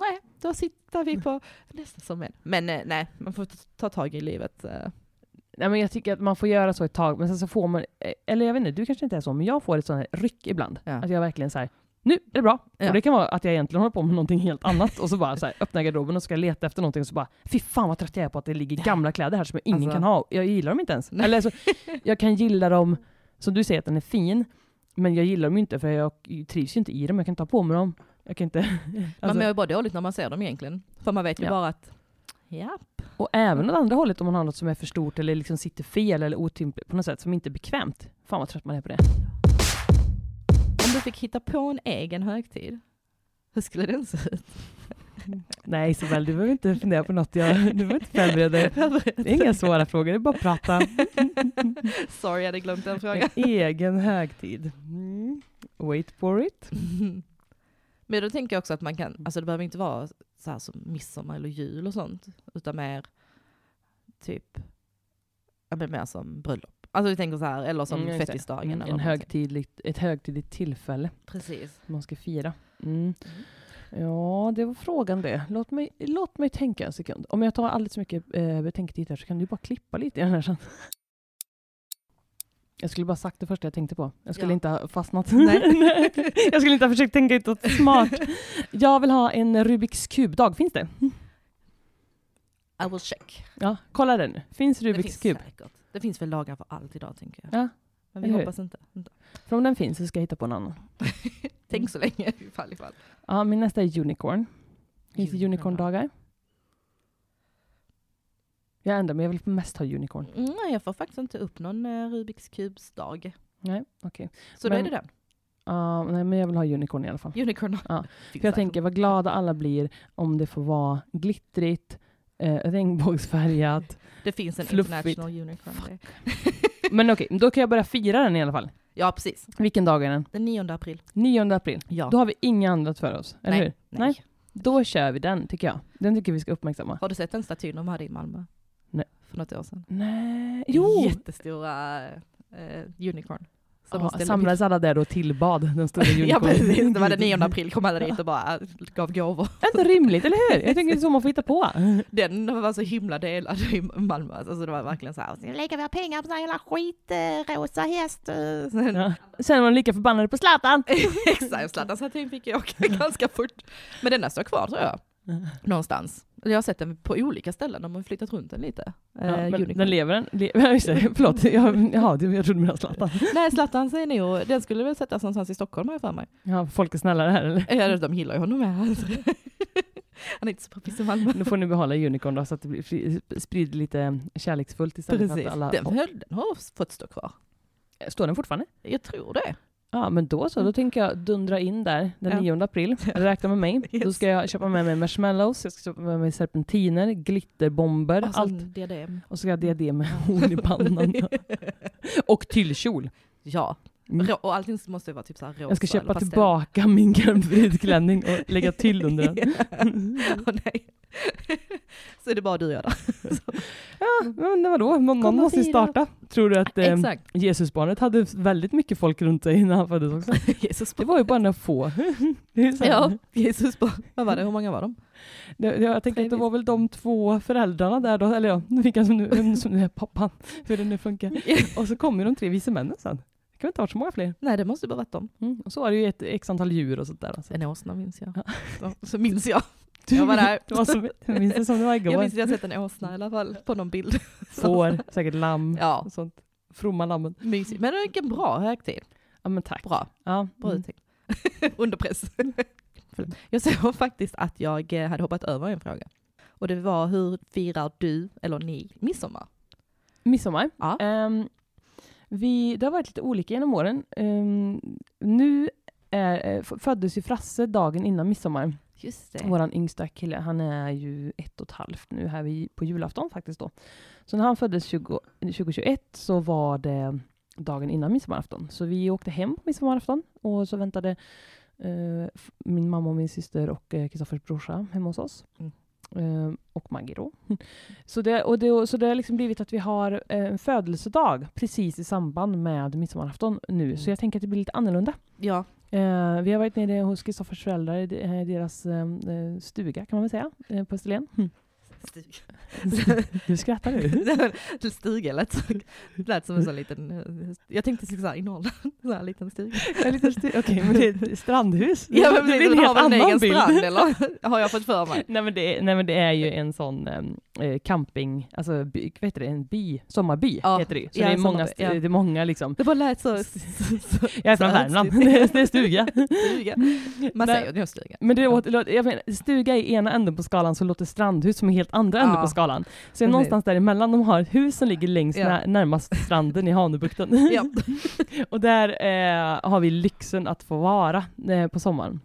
[SPEAKER 1] nej, då sitter vi på nästa sommar. Men eh, nej, man får ta- ta tag i livet. eh.
[SPEAKER 2] Nej, men jag tycker att man får göra så ett tag, men sen så får man, eh, eller jag vet inte, du kanske inte är så, men jag får ett sånt här ryck ibland.
[SPEAKER 1] Ja.
[SPEAKER 2] Att jag verkligen säger nu är det bra.
[SPEAKER 1] Ja.
[SPEAKER 2] Och det kan vara att jag egentligen håller på med någonting helt annat och så bara så här, öppnar jag garderoben och ska leta efter någonting och så bara, fy fan vad trött jag är på att det ligger gamla kläder här som jag ingen
[SPEAKER 1] Alltså.
[SPEAKER 2] kan ha. Jag gillar dem inte ens.
[SPEAKER 1] Nej.
[SPEAKER 2] Eller så, jag kan gilla dem, som du säger att den är fin, men jag gillar dem ju inte för jag trivs ju inte i dem, jag kan inte ha på mig dem. Jag kan inte...
[SPEAKER 1] Man
[SPEAKER 2] Alltså-
[SPEAKER 1] mår ju bara dåligt när man ser dem egentligen. För man vet ju
[SPEAKER 2] Ja.
[SPEAKER 1] bara att, ja,
[SPEAKER 2] Och även åt andra hållet om man har något som är för stort eller liksom sitter fel eller otympligt på något sätt som inte är bekvämt. Fan vad trött man är på det.
[SPEAKER 1] om du fick hitta på en egen högtid, hur skulle den se ut?
[SPEAKER 2] Nej Isabel, du behöver inte fundera på något. Jag, du behöver inte förbereda dig. Det är inga svåra frågor, det är bara att prata.
[SPEAKER 1] Sorry, jag hade glömt den frågan.
[SPEAKER 2] En egen högtid. Mm. Wait for it.
[SPEAKER 1] Men då tänker jag också att man kan, alltså det behöver inte vara så här som midsommar eller jul och sånt, utan mer typ, ja men mer som bröllop. Alltså vi tänker så här, eller som
[SPEAKER 2] Mm, just det.
[SPEAKER 1] fettisdagen.
[SPEAKER 2] Mm,
[SPEAKER 1] eller
[SPEAKER 2] en
[SPEAKER 1] någonting.
[SPEAKER 2] högtidligt, ett högtidligt tillfälle
[SPEAKER 1] Precis.
[SPEAKER 2] som man ska fira. Mm. Ja, det var frågan det. Låt mig, låt mig tänka en sekund. Om jag tar alldeles för mycket eh, betänketid här så kan du bara klippa lite i den här sen. Jag skulle bara sagt det första jag tänkte på. Jag skulle
[SPEAKER 1] Ja.
[SPEAKER 2] inte ha fastnat.
[SPEAKER 1] Nej.
[SPEAKER 2] jag skulle inte ha försökt tänka ut något smart. Jag vill ha en Rubiks kub-dag. Finns det?
[SPEAKER 1] I will check.
[SPEAKER 2] Ja, kolla den nu. Finns
[SPEAKER 1] det
[SPEAKER 2] Rubiks
[SPEAKER 1] finns
[SPEAKER 2] kub?
[SPEAKER 1] säkert. Det finns väl lagar för allt idag tänker jag.
[SPEAKER 2] Ja.
[SPEAKER 1] Men vi
[SPEAKER 2] Eller hur?
[SPEAKER 1] hoppas inte. inte.
[SPEAKER 2] För om den finns så ska jag hitta på en annan.
[SPEAKER 1] Tänk så länge ifall ifall.
[SPEAKER 2] Ja, min nästa är Unicorn. Finns det unicorn-dagar? Jag ändrar mig, jag vill mest ha unicorn.
[SPEAKER 1] Nej, jag får faktiskt inte upp någon eh, Rubiks kubs dag.
[SPEAKER 2] Nej, okej.
[SPEAKER 1] Så
[SPEAKER 2] Men-
[SPEAKER 1] då är det den.
[SPEAKER 2] Ja, nej, men jag vill ha unicorn i alla fall.
[SPEAKER 1] Unicorn.
[SPEAKER 2] Ja,
[SPEAKER 1] Finns
[SPEAKER 2] För jag
[SPEAKER 1] säkert.
[SPEAKER 2] tänker vad glada alla blir om det får vara glittrigt, eh, regnbågsfärgat.
[SPEAKER 1] det finns en
[SPEAKER 2] fluffigt.
[SPEAKER 1] international unicorn. Day.
[SPEAKER 2] Men okej, då kan jag börja fira den i alla fall.
[SPEAKER 1] Ja, precis.
[SPEAKER 2] Vilken dag är den?
[SPEAKER 1] Den 9 april.
[SPEAKER 2] 9 april.
[SPEAKER 1] Ja.
[SPEAKER 2] Då har vi inga andra för oss, eller hur?
[SPEAKER 1] Nej.
[SPEAKER 2] Då kör vi den, tycker jag. Den tycker vi ska uppmärksamma.
[SPEAKER 1] Har du sett den statyn de hade i Malmö?
[SPEAKER 2] Nej.
[SPEAKER 1] För något år sedan.
[SPEAKER 2] Nej, jo!
[SPEAKER 1] Jättestora eh, unicorn. Som de
[SPEAKER 2] Ja,
[SPEAKER 1] ställde-
[SPEAKER 2] samlades alla där och tillbad den stora
[SPEAKER 1] Ja
[SPEAKER 2] unicornen.
[SPEAKER 1] precis, det var den 9 april kom alla dit och bara eh, gav gåvor.
[SPEAKER 2] Ändå rimligt, eller hur? Jag tänker det är så man får hitta på.
[SPEAKER 1] Den var så himla delad i Malmö. Alltså det var verkligen så här, nu lägger vi pengar på den här jävla skit, eh, rosa häst. eh." Sen-
[SPEAKER 2] Ja. Sen var de lika förbannade på Zlatan.
[SPEAKER 1] Exakt, Zlatan Satin fick jag åka ganska fort. Men den där står kvar tror jag, någonstans. Jag har sett den på olika ställen, de har flyttat runt den lite.
[SPEAKER 2] Ja,
[SPEAKER 1] Eh,
[SPEAKER 2] men
[SPEAKER 1] unicorn.
[SPEAKER 2] den lever den. Le ja, just det. Förlåt, jag, jaha, det- jag trodde du menade Zlatan.
[SPEAKER 1] Nej, Zlatan säger nog, den skulle väl sättas någonstans i Stockholm har jag för mig.
[SPEAKER 2] Ja, folk är snällare här eller?
[SPEAKER 1] Ja, de gillar ju honom med. Alltså. Han är inte så poppis i Malmö.
[SPEAKER 2] Nu får ni behålla unicorn då, så att det blir fri, sprider lite eh, kärleksfullt istället för
[SPEAKER 1] Precis.
[SPEAKER 2] att alla...
[SPEAKER 1] Den, höll, den har fått stå kvar.
[SPEAKER 2] Står den fortfarande? Mm.
[SPEAKER 1] Jag tror det.
[SPEAKER 2] Ja, men då så. Då tänker jag dundra in där den
[SPEAKER 1] Ja.
[SPEAKER 2] 9 april. Räkna med mig. Då
[SPEAKER 1] Yes.
[SPEAKER 2] ska jag köpa med mig marshmallows, jag ska köpa med mig serpentiner, glitterbomber,
[SPEAKER 1] Och
[SPEAKER 2] allt.
[SPEAKER 1] sån diadem.
[SPEAKER 2] Och så ska jag ha diadem med horn i pannan. Och tyllkjol.
[SPEAKER 1] Ja,
[SPEAKER 2] Mm.
[SPEAKER 1] Rå, och allting måste ju vara typ så här rosa
[SPEAKER 2] Jag ska
[SPEAKER 1] eller
[SPEAKER 2] köpa
[SPEAKER 1] pastell.
[SPEAKER 2] tillbaka min garmfridklänning och lägga till under den.
[SPEAKER 1] Åh, nej. så är det bara du och jag där.
[SPEAKER 2] Ja, men vadå? Någon, någon
[SPEAKER 1] Kom och
[SPEAKER 2] måste ju
[SPEAKER 1] fira.
[SPEAKER 2] starta. Tror du att eh,
[SPEAKER 1] Exakt.
[SPEAKER 2] Jesusbarnet hade väldigt mycket folk runt sig innan han föddes också?
[SPEAKER 1] Jesus
[SPEAKER 2] Det var ju bara några få. Det är så här.
[SPEAKER 1] Ja, Jesus barn. Vad var det, hur många var de?
[SPEAKER 2] Det, det, jag tänker att det var väl de två föräldrarna där då, eller ja, vilka som nu, vem som nu är pappan, hur det nu funkar. Och så kommer de tre vise männen sen. Det kan väl inte ha varit så många fler.
[SPEAKER 1] Nej, det måste ju bara varit dem.
[SPEAKER 2] Mm. Och så var det ju ett x antal djur och sånt där. Alltså.
[SPEAKER 1] En åsna minns jag. Så, så minns jag. Jag var där.
[SPEAKER 2] Det var som, jag minns det som det var
[SPEAKER 1] Jag
[SPEAKER 2] igår.
[SPEAKER 1] minns att jag sett en åsna i alla fall på någon bild.
[SPEAKER 2] Får, säkert lamm
[SPEAKER 1] Ja,
[SPEAKER 2] och sånt. Fromma lammen.
[SPEAKER 1] Mysigt. Men det är en bra högtid.
[SPEAKER 2] Ja, men tack.
[SPEAKER 1] Bra,
[SPEAKER 2] Ja,
[SPEAKER 1] bra
[SPEAKER 2] mm.
[SPEAKER 1] uttänkt. Under press. Förlåt. jag såg faktiskt att jag eh, hade hoppat över en fråga. Och det var hur firar du, eller ni, midsommar?
[SPEAKER 2] Midsommar.
[SPEAKER 1] Ja.
[SPEAKER 2] Ehm, vi, det har varit lite olika genom åren. Ehm, nu är, eh, f- föddes ju Frasse dagen innan midsommar.
[SPEAKER 1] Just det.
[SPEAKER 2] Vår yngsta kille, han är ju ett och ett halvt nu här vid, på julafton faktiskt då. Så när han föddes 20, 2021 så var det dagen innan midsommarafton. Så vi åkte hem på midsommarafton och så väntade eh, f- min mamma och min syster och eh, Kristoffers brorsa hemma hos oss.
[SPEAKER 1] Mm.
[SPEAKER 2] Eh, och Maggie då. så, det, och det, så det har liksom blivit att vi har eh, en födelsedag precis i samband med midsommarafton nu.
[SPEAKER 1] Mm.
[SPEAKER 2] Så jag tänker att det blir lite annorlunda.
[SPEAKER 1] Ja,
[SPEAKER 2] Eh, vi har varit nere hos Kristoffers föräldrar i de- eh, i deras eh, eh, stuga kan man väl säga, eh, på Österlen. Du skrattar du?
[SPEAKER 1] Till stuga lät, så- lät som en sån liten, eh, jag tänkte så här i Norrland, så här liten stuga.
[SPEAKER 2] Okej, men det är ett strandhus.
[SPEAKER 1] Ja men
[SPEAKER 2] det blir en helt
[SPEAKER 1] har en
[SPEAKER 2] annan
[SPEAKER 1] egen
[SPEAKER 2] bild.
[SPEAKER 1] strand eller? Har jag fått för mig?
[SPEAKER 2] Nej men, det, är- nej men det är ju en sån em, eh, camping, alltså by, vad heter det, en by, sommarby
[SPEAKER 1] Ja,
[SPEAKER 2] heter det ju. Så
[SPEAKER 1] ja,
[SPEAKER 2] det är
[SPEAKER 1] en
[SPEAKER 2] många,
[SPEAKER 1] sommarby, ja.
[SPEAKER 2] det är många liksom.
[SPEAKER 1] Det bara lät så...
[SPEAKER 2] Jag är från Värmland, det är- det är stuga.
[SPEAKER 1] stuga. Man
[SPEAKER 2] Nej.
[SPEAKER 1] säger nog stuga.
[SPEAKER 2] Men det låter, låter- jag menar, stuga är ena änden på skalan så låter strandhus som är helt andra änden
[SPEAKER 1] Ja.
[SPEAKER 2] på skalan. Så är
[SPEAKER 1] Precis.
[SPEAKER 2] någonstans däremellan, de har ett hus som ligger längst
[SPEAKER 1] Ja.
[SPEAKER 2] nä, närmast stranden i Hanöbukten.
[SPEAKER 1] Ja.
[SPEAKER 2] Och där eh, har vi lyxen att få vara eh, på sommaren.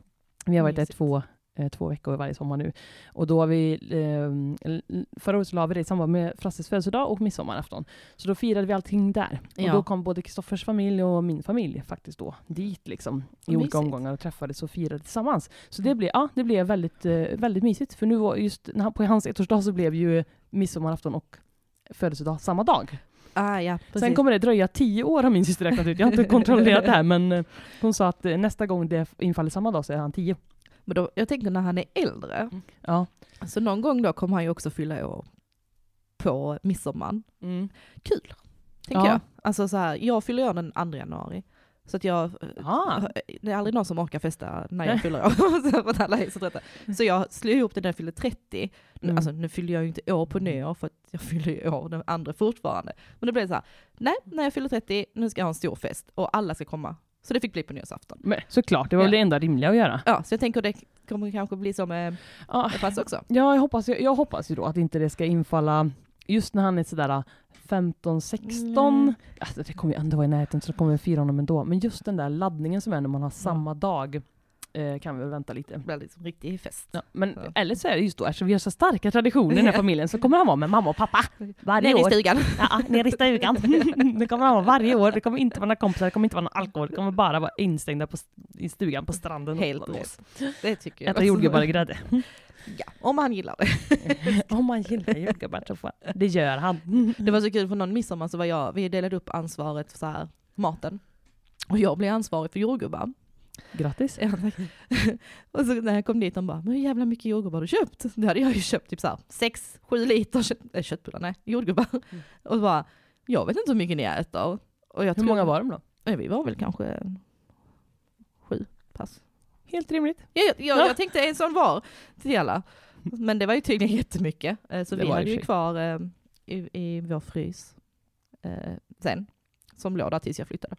[SPEAKER 2] Vi har varit där
[SPEAKER 1] Mysigt.
[SPEAKER 2] två, eh, två veckor varje sommar nu. Och då har vi, eh, l- förra året så la vi det i samband med Frasses födelsedag och midsommarafton. Så då firade vi allting där.
[SPEAKER 1] Ja.
[SPEAKER 2] Och då kom både Kristoffers familj och min familj faktiskt då dit liksom. I
[SPEAKER 1] Mysigt.
[SPEAKER 2] olika omgångar och träffades och firade tillsammans. Så det blev, ja, det blev väldigt, eh, väldigt mysigt. För nu var just när han, på hans ettårsdag så blev ju midsommarafton och födelsedag samma dag.
[SPEAKER 1] Ah, ja, precis.
[SPEAKER 2] Sen kommer det dröja tio år har min syster räknat ut. Jag har inte kontrollerat det här men eh, hon sa att eh, nästa gång det infaller samma dag så är han tio.
[SPEAKER 1] Men då, jag tänkte när han är äldre,
[SPEAKER 2] Ja.
[SPEAKER 1] så någon gång då kommer han ju också fylla år på midsommar.
[SPEAKER 2] Mm.
[SPEAKER 1] Kul, tänker
[SPEAKER 2] Ja.
[SPEAKER 1] jag. Alltså så här, jag fyller år den 2 januari. Så att jag,
[SPEAKER 2] Ah.
[SPEAKER 1] det är aldrig någon som orkar festa när
[SPEAKER 2] Nej.
[SPEAKER 1] jag fyller år. Så att alla är så trötta. Så jag slår ihop det när jag fyller 30. Nu-
[SPEAKER 2] Mm.
[SPEAKER 1] Alltså nu fyller jag ju inte år på nyår för att jag fyller ju år den andra fortfarande. Men det blev så här, nej, när jag fyller 30, nu ska jag ha en stor fest och alla ska komma. Så det fick bli på nyårsafton.
[SPEAKER 2] Men, såklart, det var väl det enda rimliga att göra.
[SPEAKER 1] Ja, så jag tänker det kommer kanske bli så med
[SPEAKER 2] Ja,
[SPEAKER 1] med Frasse också.
[SPEAKER 2] ja jag, hoppas, ju- jag hoppas ju då att inte det ska infalla just när han är sådär eh, 15, 16.
[SPEAKER 1] Mm.
[SPEAKER 2] Alltså, det kommer ju ändå vara i närheten så det kommer vi fira honom ändå. Men just den där laddningen som är när man har samma dag eh, kan vi väl vänta lite.
[SPEAKER 1] Det blir liksom riktig fest.
[SPEAKER 2] Ja, men
[SPEAKER 1] Ja.
[SPEAKER 2] eller så är det just då, eftersom vi har så starka traditioner i den här familjen, så kommer han vara med mamma och pappa varje
[SPEAKER 1] Ner i
[SPEAKER 2] år.
[SPEAKER 1] stugan.
[SPEAKER 2] Ja, nere i stugan. Det kommer han vara varje år. Det kommer inte vara några kompisar, det kommer inte vara någon alkohol. Det kommer bara vara instängda på, i stugan på stranden.
[SPEAKER 1] Helt rätt. Det tycker jag. Alltså,
[SPEAKER 2] Äta jordgubbar och grädde.
[SPEAKER 1] Ja, om han gillar det.
[SPEAKER 2] Om man gillar jordgubbar så får Det gör han.
[SPEAKER 1] Det var så kul för någon midsommar så var jag, vi delade upp ansvaret för så här, maten. Och jag blev ansvarig för jordgubbar.
[SPEAKER 2] Grattis.
[SPEAKER 1] Ja, tack. och så när jag kom dit, de bara, men hur jävla mycket jordgubbar har du köpt? Det hade jag ju köpt typ så här, sex, sju liter kött, äh, köttbullar, nej, jordgubbar. Och bara, jag vet inte hur mycket ni äter. Och jag
[SPEAKER 2] Hur
[SPEAKER 1] tror-
[SPEAKER 2] många var de då?
[SPEAKER 1] Nej, Vi var väl kanske sju pass.
[SPEAKER 2] Helt rimligt.
[SPEAKER 1] Jag, jag, jag tänkte en sån var till alla. Men det var ju tydligen jättemycket. Eh, Så
[SPEAKER 2] Det
[SPEAKER 1] vi
[SPEAKER 2] var i och
[SPEAKER 1] hade
[SPEAKER 2] för
[SPEAKER 1] ju
[SPEAKER 2] sig.
[SPEAKER 1] kvar eh, i, i vår frys eh, sen. Som låg där tills jag flyttade.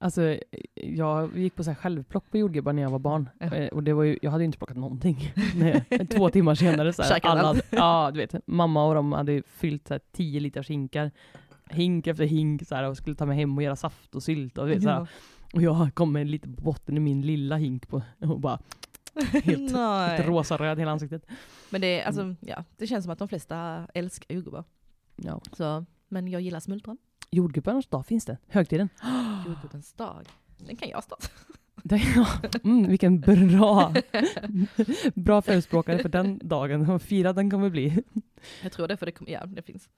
[SPEAKER 2] Alltså, jag gick på så här självplock på jordgubbar när jag var barn.
[SPEAKER 1] Ja.
[SPEAKER 2] Eh, Och det var ju, jag hade ju inte plockat någonting. Nej, Två timmar senare så här,
[SPEAKER 1] Käkade
[SPEAKER 2] alla,
[SPEAKER 1] allt.
[SPEAKER 2] ja, du vet, mamma och de hade ju fyllt så här, tio liters hinkar. Hink efter hink så här, och skulle ta med hem och göra saft och sylt. Och, du vet, så här, Och jag kom med lite på botten i min lilla hink på, och bara helt, Mm.
[SPEAKER 1] Nej.
[SPEAKER 2] helt rosa röd hela ansiktet.
[SPEAKER 1] Men det, är, alltså, ja, det känns som att de flesta älskar jordgubbar.
[SPEAKER 2] Ja.
[SPEAKER 1] Så, men jag gillar smultron.
[SPEAKER 2] Jordgubbarnas dag finns det, högtiden. Ah.
[SPEAKER 1] Jordgubbens dag. Den kan jag starta.
[SPEAKER 2] Det, ja. mm, vilken bra, bra förespråkare för den dagen, vad firad den kommer bli.
[SPEAKER 1] Jag tror det för det, kom, ja, det finns.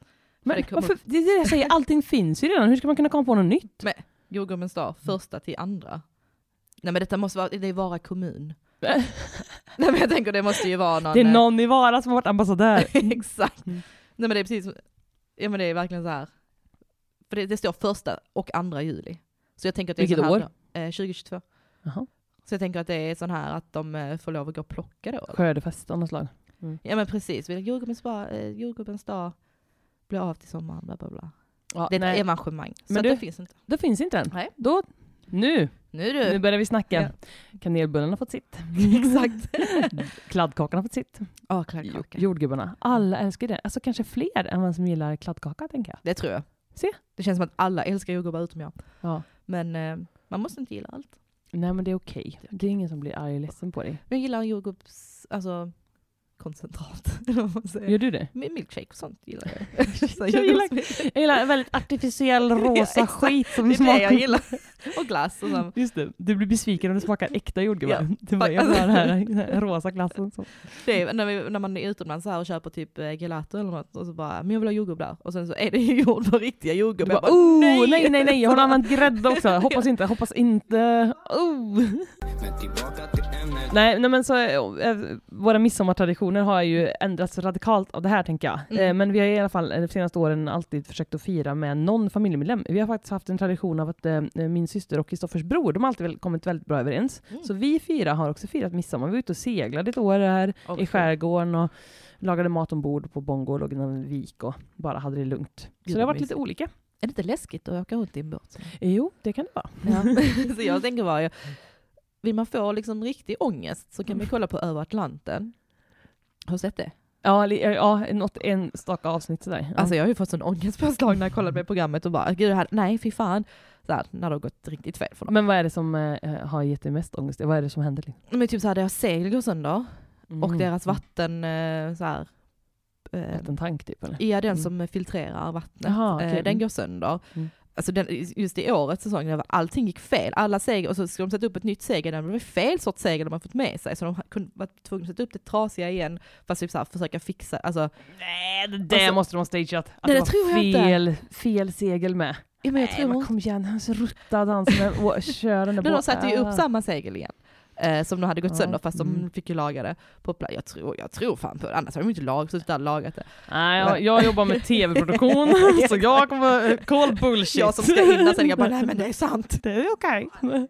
[SPEAKER 2] Men
[SPEAKER 1] Det
[SPEAKER 2] det,
[SPEAKER 1] kommer-
[SPEAKER 2] varför, det är det jag säger, allting finns ju redan, hur ska man kunna komma på något nytt?
[SPEAKER 1] Jordgubbens
[SPEAKER 2] Mm.
[SPEAKER 1] dag, första till andra. Nej men detta måste vara, det är Vara kommun. Nej men jag tänker det måste ju vara någon...
[SPEAKER 2] Det är
[SPEAKER 1] eh,
[SPEAKER 2] någon i Vara som har varit ambassadör.
[SPEAKER 1] Exakt.
[SPEAKER 2] Mm.
[SPEAKER 1] Nej men det är precis, ja men det är verkligen så här. För det, det står första och andra juli. Så jag tänker att det är
[SPEAKER 2] Vilket
[SPEAKER 1] sån här
[SPEAKER 2] år?
[SPEAKER 1] Då, eh, 2022.
[SPEAKER 2] Jaha.
[SPEAKER 1] Så jag tänker att det är sån här att de eh, får lov att gå och plocka då.
[SPEAKER 2] Skördefest av något slag.
[SPEAKER 1] Ja men precis, Vi har jordgubbens, dag- eh, jordgubbens dag blir av till sommaren, bla bla bla.
[SPEAKER 2] Ja,
[SPEAKER 1] Det är ett
[SPEAKER 2] nej,
[SPEAKER 1] evenemang, så
[SPEAKER 2] Men
[SPEAKER 1] att
[SPEAKER 2] du-
[SPEAKER 1] det finns inte.
[SPEAKER 2] det finns inte än.
[SPEAKER 1] Nej.
[SPEAKER 2] Då Nu,
[SPEAKER 1] Nu
[SPEAKER 2] nu
[SPEAKER 1] du!
[SPEAKER 2] börjar vi snacka. Kanelbullarna har fått sitt.
[SPEAKER 1] Exakt.
[SPEAKER 2] Kladdkakan har fått sitt.
[SPEAKER 1] Ja, kladdkaka.
[SPEAKER 2] Jordgubbarna. Alla älskar det. Alltså kanske fler än vad som gillar kladdkaka, tänker jag.
[SPEAKER 1] Det tror jag.
[SPEAKER 2] Se.
[SPEAKER 1] Det känns som att alla älskar jordgubbar utom jag.
[SPEAKER 2] Ja.
[SPEAKER 1] Men eh, man måste inte gilla allt.
[SPEAKER 2] Nej, men det är okej. Det är ingen som blir arg och ledsen på dig.
[SPEAKER 1] Men jag gillar jordgubbs... Alltså, koncentrat. eller vad man säger.
[SPEAKER 2] Gör du det?
[SPEAKER 1] Med milkshake och sånt gillar jag.
[SPEAKER 2] Jag gillar- Jag gillar väldigt artificiell
[SPEAKER 1] Ja,
[SPEAKER 2] rosa
[SPEAKER 1] exakt.
[SPEAKER 2] skit som
[SPEAKER 1] det är det jag
[SPEAKER 2] smakar.
[SPEAKER 1] gillar. Och glass och så.
[SPEAKER 2] Just det, du blir besviken om det smakar äkta jordgubbar.
[SPEAKER 1] Ja.
[SPEAKER 2] Du bara, jag vill ha den här, den här rosa glassen. som-
[SPEAKER 1] Det är när, vi, när man är utomlands så här och köper typ eh, gelato eller något och så bara, men jag vill ha jordgubb där. Och sen så är det ju gjord på riktiga
[SPEAKER 2] Du
[SPEAKER 1] jordgubbar.
[SPEAKER 2] bara,
[SPEAKER 1] Jag bara,
[SPEAKER 2] oh, nej, nej, nej, nej, hon har använt grädde också. Hoppas inte, hoppas inte. Oh.
[SPEAKER 3] Men tillbaka till ämnet
[SPEAKER 2] Nej, nej men så, eh, våra midsommartraditioner har ju ändrats radikalt av det här tänker jag.
[SPEAKER 1] Mm.
[SPEAKER 2] Eh, Men vi har i alla fall eh, de senaste åren alltid försökt att fira med någon familjemedlem. Vi har faktiskt haft en tradition av att eh, min syster och Kristoffers bror, de har alltid väl- kommit väldigt bra överens.
[SPEAKER 1] Mm.
[SPEAKER 2] Så vi fyra har också firat midsommar. Vi var ute och seglade ett år här
[SPEAKER 1] Oh, vad
[SPEAKER 2] i skärgården och lagade mat ombord på Bongo och låg i en vik och bara hade det lugnt.
[SPEAKER 1] Gud,
[SPEAKER 2] så det har
[SPEAKER 1] vad
[SPEAKER 2] varit lite
[SPEAKER 1] mysigt.
[SPEAKER 2] olika.
[SPEAKER 1] Är det inte läskigt att åka runt i en båt?
[SPEAKER 2] Eh, Jo, det kan det vara.
[SPEAKER 1] så jag tänker bara, jag, vill man få liksom riktig ångest så kan vi kolla på Över Atlanten. Har du sett det?
[SPEAKER 2] Ja, li- eh, ja något enstaka avsnitt sådär. Ja.
[SPEAKER 1] Alltså jag har ju fått sån ångestpåslag när jag kollade på det programmet och bara, gud, det här, nej fy fan. Så här, när det har gått riktigt fel för dem.
[SPEAKER 2] men vad är det som eh, har gett dig mest ångest? Vad är det som händer? liksom?
[SPEAKER 1] Men typ så här, deras segel går sönder och
[SPEAKER 2] Mm.
[SPEAKER 1] deras vatten, eh, så här, eh,
[SPEAKER 2] Vattentank typ eller?
[SPEAKER 1] Ja, den
[SPEAKER 2] Mm.
[SPEAKER 1] som filtrerar vattnet.
[SPEAKER 2] Jaha, okej,
[SPEAKER 1] eh,
[SPEAKER 2] mm.
[SPEAKER 1] Den går sönder.
[SPEAKER 2] Mm.
[SPEAKER 1] Alltså den, just i årets säsong, där allting gick fel. Alla seger, och så ska de sätta upp ett nytt segel, men det var fel sorts segel de har fått med sig. Så de kunde, var tvungna att sätta upp det trasiga igen, fast typ så här, försöka fixa, alltså.
[SPEAKER 2] Nej, det där
[SPEAKER 1] Alltså-
[SPEAKER 2] måste de ha stageat. Att
[SPEAKER 1] Nej, det
[SPEAKER 2] var
[SPEAKER 1] tror jag inte.
[SPEAKER 2] fel, fel segel med.
[SPEAKER 1] Ja, men jag
[SPEAKER 2] Nej,
[SPEAKER 1] tror
[SPEAKER 2] men
[SPEAKER 1] inte-
[SPEAKER 2] kom igen, han är så ruttad han som är- och kör den där
[SPEAKER 1] Men de
[SPEAKER 2] båten.
[SPEAKER 1] satte ju upp
[SPEAKER 2] Ah.
[SPEAKER 1] samma segel igen. Eh, som de hade gått
[SPEAKER 2] Ja,
[SPEAKER 1] sönder, fast
[SPEAKER 2] mm.
[SPEAKER 1] de fick ju laga det på plats. Jag tror, jag tror fan på det, annars hade de inte lag, suttit där och lagat det.
[SPEAKER 2] Nej, jag, jag jobbar med tv-produktion, så jag kommer... Call bullshit.
[SPEAKER 1] Jag som ska hinna sen, jag bara nej men det är sant.
[SPEAKER 2] Det är okej. Nej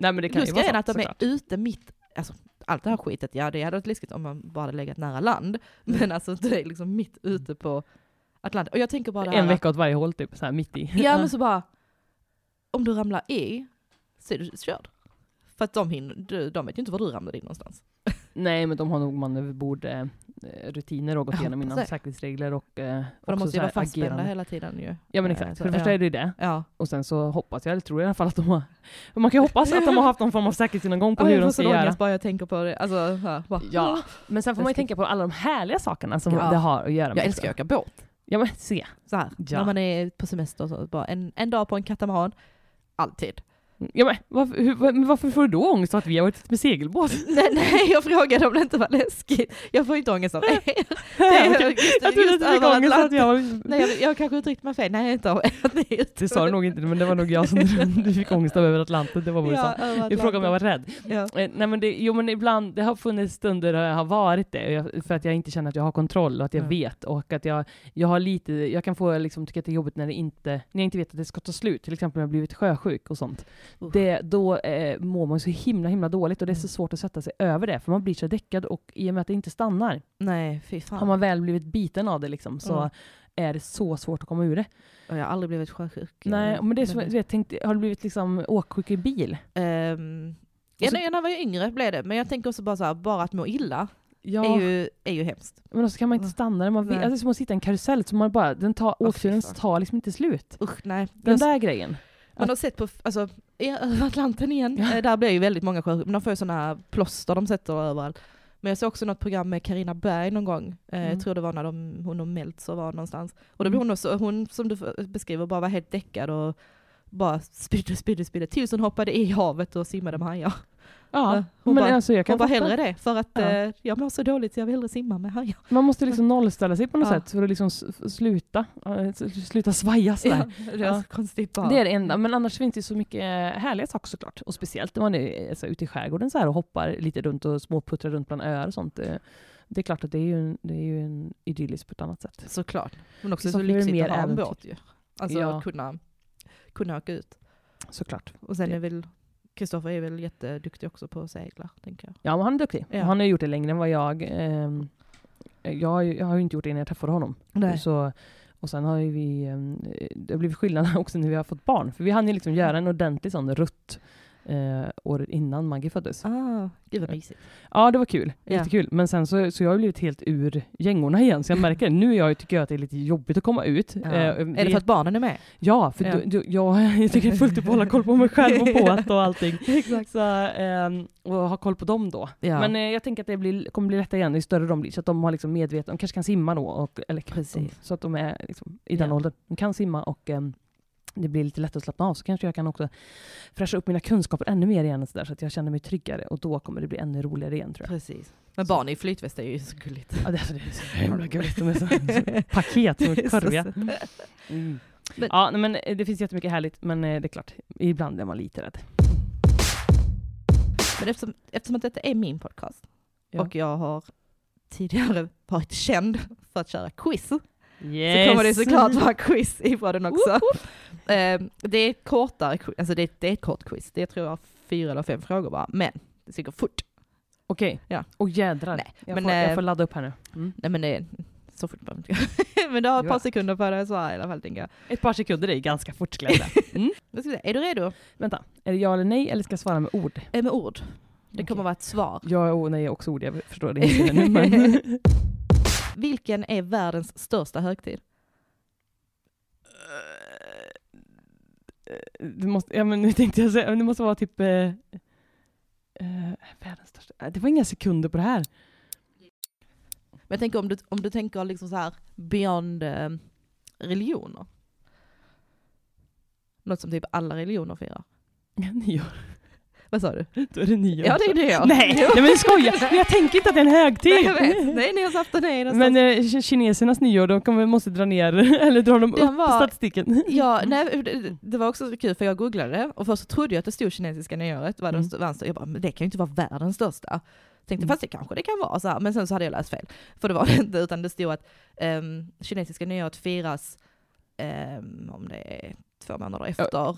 [SPEAKER 2] men det kan ju
[SPEAKER 1] Plus
[SPEAKER 2] vara
[SPEAKER 1] grejen
[SPEAKER 2] så,
[SPEAKER 1] att de är
[SPEAKER 2] såklart.
[SPEAKER 1] ute mitt, alltså allt det här skitet, ja det hade varit läskigt om man bara hade legat nära land,
[SPEAKER 2] Mm.
[SPEAKER 1] men alltså det är liksom mitt ute på Atlanten. Och jag tänker bara det här,
[SPEAKER 2] En vecka åt varje håll typ, så här mitt i.
[SPEAKER 1] Ja men så bara, om du ramlar i så är du körd. För att de, hinner, du- de vet ju inte var du ramlade in någonstans.
[SPEAKER 2] Nej men de har nog manöverbord eh, rutiner och gått
[SPEAKER 1] Jag
[SPEAKER 2] igenom
[SPEAKER 1] hoppas
[SPEAKER 2] innan,
[SPEAKER 1] det.
[SPEAKER 2] säkerhetsregler och eh,
[SPEAKER 1] För
[SPEAKER 2] också
[SPEAKER 1] de måste
[SPEAKER 2] så
[SPEAKER 1] ju
[SPEAKER 2] här
[SPEAKER 1] vara fastspända
[SPEAKER 2] agerande.
[SPEAKER 1] hela tiden ju.
[SPEAKER 2] Ja men
[SPEAKER 1] Eh,
[SPEAKER 2] exakt,
[SPEAKER 1] så-
[SPEAKER 2] för det första
[SPEAKER 1] ja.
[SPEAKER 2] är det ju det.
[SPEAKER 1] Ja.
[SPEAKER 2] Och sen så hoppas jag, eller tror i alla fall att de har, man kan ju hoppas att de har haft någon form av säkerhetsgenomgång på
[SPEAKER 1] Ja,
[SPEAKER 2] hur
[SPEAKER 1] jag
[SPEAKER 2] de
[SPEAKER 1] får
[SPEAKER 2] ska
[SPEAKER 1] sån
[SPEAKER 2] göra.
[SPEAKER 1] ångest bara jag tänker på det. Alltså, så här, bara,
[SPEAKER 2] Ja, men sen får man ju
[SPEAKER 1] Läskigt.
[SPEAKER 2] tänka på alla de härliga sakerna som
[SPEAKER 1] Ja.
[SPEAKER 2] det har att göra med.
[SPEAKER 1] Jag älskar att åka båt.
[SPEAKER 2] Ja men se.
[SPEAKER 1] Så här.
[SPEAKER 2] Ja.
[SPEAKER 1] När man är på semester och så, bara en, en dag på en katamaran. Alltid.
[SPEAKER 2] Ja, men, varför, hur, men varför får du då ångest av att vi har varit ute med segelbåt?
[SPEAKER 1] Nej, nej, jag frågade om det inte var läskigt. Jag får inte ångest av er. Det är
[SPEAKER 2] Okej.
[SPEAKER 1] just,
[SPEAKER 2] jag trodde
[SPEAKER 1] just
[SPEAKER 2] att du fick
[SPEAKER 1] över
[SPEAKER 2] ångest av att
[SPEAKER 1] Atlanten.
[SPEAKER 2] jag var...
[SPEAKER 1] Nej, jag, jag kanske uttryckte mig fel. Nej, inte av att ni är ute.
[SPEAKER 2] Det sa du nog inte, men det var nog jag som du fick ångest av över Atlanten. Det var vad du sa. Du frågade om jag var rädd.
[SPEAKER 1] Ja.
[SPEAKER 2] Eh, Nej, men det, jo men ibland, det har funnits stunder där jag har varit det, och jag, för att jag inte känner att jag har kontroll och att jag
[SPEAKER 1] Mm.
[SPEAKER 2] vet och att jag, jag har lite, jag kan få liksom, tycka att det är jobbigt när, det inte, när jag inte vet att det ska ta slut, till exempel när jag blivit sjösjuk och sånt.
[SPEAKER 1] Usch.
[SPEAKER 2] Det, då eh, mår man så himla himla dåligt och det är så
[SPEAKER 1] Mm.
[SPEAKER 2] svårt att sätta sig över det, för man blir så däckad och i och med att det inte stannar,
[SPEAKER 1] Nej, fy
[SPEAKER 2] har
[SPEAKER 1] fan.
[SPEAKER 2] man väl blivit biten av det liksom, så
[SPEAKER 1] Mm.
[SPEAKER 2] är det så svårt att komma ur det.
[SPEAKER 1] Och jag har aldrig blivit sjösjuk.
[SPEAKER 2] Nej, men det är som,
[SPEAKER 1] Ehm,
[SPEAKER 2] jag tänkte, har du blivit liksom åksjuk i bil?
[SPEAKER 1] ja,
[SPEAKER 2] Och så-
[SPEAKER 1] ehm, när jag- när jag var yngre blev det, men jag tänker också bara så här, bara att må illa
[SPEAKER 2] Ja.
[SPEAKER 1] är, ju, är ju hemskt.
[SPEAKER 2] Men också kan man inte
[SPEAKER 1] Mm.
[SPEAKER 2] stanna där man vill.
[SPEAKER 1] Nej.
[SPEAKER 2] Alltså, det är som att sitta i en karusell, så man bara, den tar,
[SPEAKER 1] fy
[SPEAKER 2] åkturen
[SPEAKER 1] fan.
[SPEAKER 2] tar liksom inte slut.
[SPEAKER 1] Usch, nej.
[SPEAKER 2] Den
[SPEAKER 1] Jag-
[SPEAKER 2] där grejen.
[SPEAKER 1] Man har sett på, alltså, i- över Atlanten igen, eh, där blir ju väldigt många sjösjuka, men de får ju sådana plåster de sätter överallt. Men jag såg också något program med Karina Berg någon gång, eh,
[SPEAKER 2] Mm.
[SPEAKER 1] jag tror det var när de, hon och Meltzer var någonstans. Och då blev hon också, hon som du f- beskriver bara var helt däckad och bara spydde, spydde, spydde, tills hon hoppade i havet och simmade med hajar.
[SPEAKER 2] Ja,
[SPEAKER 1] Ja, hon
[SPEAKER 2] men
[SPEAKER 1] bara-
[SPEAKER 2] alltså jag
[SPEAKER 1] Hon
[SPEAKER 2] kan
[SPEAKER 1] bara
[SPEAKER 2] fatta.
[SPEAKER 1] hellre det, för att
[SPEAKER 2] Ja.
[SPEAKER 1] eh, jag mår så dåligt så jag vill hellre simma med hajar.
[SPEAKER 2] Man måste liksom nollställa sig på något
[SPEAKER 1] Ja.
[SPEAKER 2] sätt för att liksom s- f- sluta, eh, s- sluta svaja
[SPEAKER 1] Ja,
[SPEAKER 2] sådär.
[SPEAKER 1] det är så Alltså, konstigt bara.
[SPEAKER 2] Det är det enda, men annars finns det ju så mycket eh, härliga saker såklart. Och speciellt när man är alltså, ute i skärgården så här och hoppar lite runt och småputtrar runt bland öar och sånt. eh, Det är klart att det är ju, en- det är ju en idylliskt på ett annat sätt.
[SPEAKER 1] Såklart. Men också
[SPEAKER 2] Så
[SPEAKER 1] så
[SPEAKER 2] blir det
[SPEAKER 1] lyxigt
[SPEAKER 2] mer
[SPEAKER 1] att ha en
[SPEAKER 2] äventyr.
[SPEAKER 1] båt ju. Alltså
[SPEAKER 2] Ja.
[SPEAKER 1] att kunna, kunna åka ut.
[SPEAKER 2] Såklart.
[SPEAKER 1] Och sen
[SPEAKER 2] Det-
[SPEAKER 1] är väl Kristoffer är väl jätteduktig också på att segla, tänker jag.
[SPEAKER 2] Ja, men han är duktig.
[SPEAKER 1] Ja.
[SPEAKER 2] Han har ju gjort det längre än vad jag... ehm, jag, har ju- jag har ju inte gjort det innan jag träffade honom. Så, Och sen har ju vi, eh, det har blivit skillnad också när vi har fått barn, för vi hann ju liksom göra en ordentlig sån rutt eh, året innan Maggie föddes.
[SPEAKER 1] Ah, gud vad mysigt.
[SPEAKER 2] Ja, det var kul.
[SPEAKER 1] Ja.
[SPEAKER 2] Jättekul. Men sen så, så jag har blivit helt ur gängorna igen, så jag märker det. Nu är jag, tycker jag att det är lite jobbigt att komma ut.
[SPEAKER 1] Ja.
[SPEAKER 2] Eh,
[SPEAKER 1] är det för att barnen är med?
[SPEAKER 2] Ja, för
[SPEAKER 1] Ja.
[SPEAKER 2] Du, du, ja, jag tycker det är fullt upp att hålla koll på mig själv och båt och allting.
[SPEAKER 1] Exakt.
[SPEAKER 2] Så, ehm, och ha koll på dem då.
[SPEAKER 1] Ja.
[SPEAKER 2] Men eh, jag tänker att det blir, kommer bli lättare igen ju större de blir, så att de har liksom medvetet, de kanske kan simma då, och, eller,
[SPEAKER 1] Precis.
[SPEAKER 2] så att de är liksom, i den
[SPEAKER 1] Ja.
[SPEAKER 2] åldern. De kan simma och ehm, det blir lite lättare att slappna av, så kanske jag kan också fräscha upp mina kunskaper ännu mer igen, och så, där, så att jag känner mig tryggare, och då kommer det bli ännu roligare igen tror jag.
[SPEAKER 1] Precis. Men barn i flytväst är ju så gulligt.
[SPEAKER 2] Ja, det, alltså, det är så himla gulligt, de är så, så paket, som
[SPEAKER 1] Det är
[SPEAKER 2] är
[SPEAKER 1] så
[SPEAKER 2] korviga.
[SPEAKER 1] sött.
[SPEAKER 2] Mm.
[SPEAKER 1] Men-
[SPEAKER 2] ja, nej, men eh, det finns jättemycket härligt, men eh, det är klart, ibland är man lite rädd.
[SPEAKER 1] Men eftersom, eftersom att detta är min podcast
[SPEAKER 2] Ja.
[SPEAKER 1] och jag har tidigare varit känd för att köra quiz
[SPEAKER 2] Yes.
[SPEAKER 1] så kommer det såklart vara quiz i podden också. Eh, det är ett kortare, qui- alltså det är, det är ett kort quiz. Det tror jag har fyra eller fem frågor bara, men det går fort.
[SPEAKER 2] Okej.
[SPEAKER 1] Ja.
[SPEAKER 2] Och jädrar.
[SPEAKER 1] Nej,
[SPEAKER 2] jag,
[SPEAKER 1] men,
[SPEAKER 2] får, jag
[SPEAKER 1] eh,
[SPEAKER 2] får ladda upp här nu. Mm.
[SPEAKER 1] Nej men det är så fort man Men du har ett par
[SPEAKER 2] Ja.
[SPEAKER 1] sekunder på dig att svara i alla fall tänker jag.
[SPEAKER 2] Ett par sekunder är ganska fort skulle jag säga.
[SPEAKER 1] Nu ska vi se, Är du redo?
[SPEAKER 2] Vänta, är det ja eller nej eller ska jag svara med ord?
[SPEAKER 1] Eh, Med ord. Det kommer
[SPEAKER 2] Okej.
[SPEAKER 1] vara ett svar.
[SPEAKER 2] Ja och nej är också ord, jag förstår det inte nu. Men...
[SPEAKER 1] Vilken är världens största högtid?
[SPEAKER 2] det måste, ja, men nu tänkte jag säga, det måste vara typ eh, eh, världens största. Eh, Det var inga sekunder på det här.
[SPEAKER 1] Men jag tänker om du, om du tänker liksom så här beyond eh, religioner. Något som typ alla religioner firar.
[SPEAKER 2] Nyår,
[SPEAKER 1] Vad sa du?
[SPEAKER 2] då är det nyår.
[SPEAKER 1] Ja det är det jag.
[SPEAKER 2] Nej,
[SPEAKER 1] Jo.
[SPEAKER 2] nej men skoja! Men jag tänker inte att det är en
[SPEAKER 1] Nej,
[SPEAKER 2] högtid.
[SPEAKER 1] jag vet. Nej, nyårsafton är någonstans.
[SPEAKER 2] Men eh, ki- kinesernas nyår, då kommer, måste dra ner, eller drar de
[SPEAKER 1] Den
[SPEAKER 2] upp
[SPEAKER 1] var-
[SPEAKER 2] statistiken?
[SPEAKER 1] Ja, nej, det- det var också så kul för jag googlade det och först så trodde jag att det stod kinesiska nyåret, var
[SPEAKER 2] Mm.
[SPEAKER 1] mm. vänster. jag bara, men det kan ju inte vara världens största. Tänkte
[SPEAKER 2] Mm.
[SPEAKER 1] fast det kanske det kan vara så här, men sen så hade jag läst fel. För det var det inte, utan det stod att ehm, kinesiska nyåret firas, ehm, om det är två månader efter,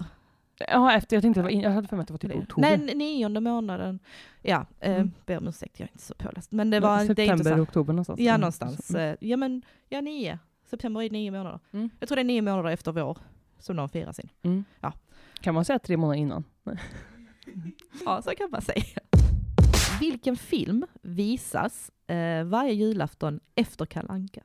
[SPEAKER 2] Ja, efter, jag tänkte att det var in, jag hade för mig att det var typ
[SPEAKER 1] det.
[SPEAKER 2] oktober.
[SPEAKER 1] nej nionde månaden, ja, eh,
[SPEAKER 2] Mm.
[SPEAKER 1] ber om ursäkt jag är inte så påläst. Men det var, det är
[SPEAKER 2] September,
[SPEAKER 1] inte så här-
[SPEAKER 2] oktober någonstans.
[SPEAKER 1] Ja,
[SPEAKER 2] Mm.
[SPEAKER 1] någonstans.
[SPEAKER 2] Mm.
[SPEAKER 1] Eh, Ja, men ja, nio. September är nio månader.
[SPEAKER 2] Mm.
[SPEAKER 1] Jag tror det är nio månader efter vår som de firar sin.
[SPEAKER 2] Mm.
[SPEAKER 1] Ja.
[SPEAKER 2] Kan man säga tre månader innan?
[SPEAKER 1] Ja, så kan man säga. Vilken film visas eh, varje julafton efter Kalle Anka?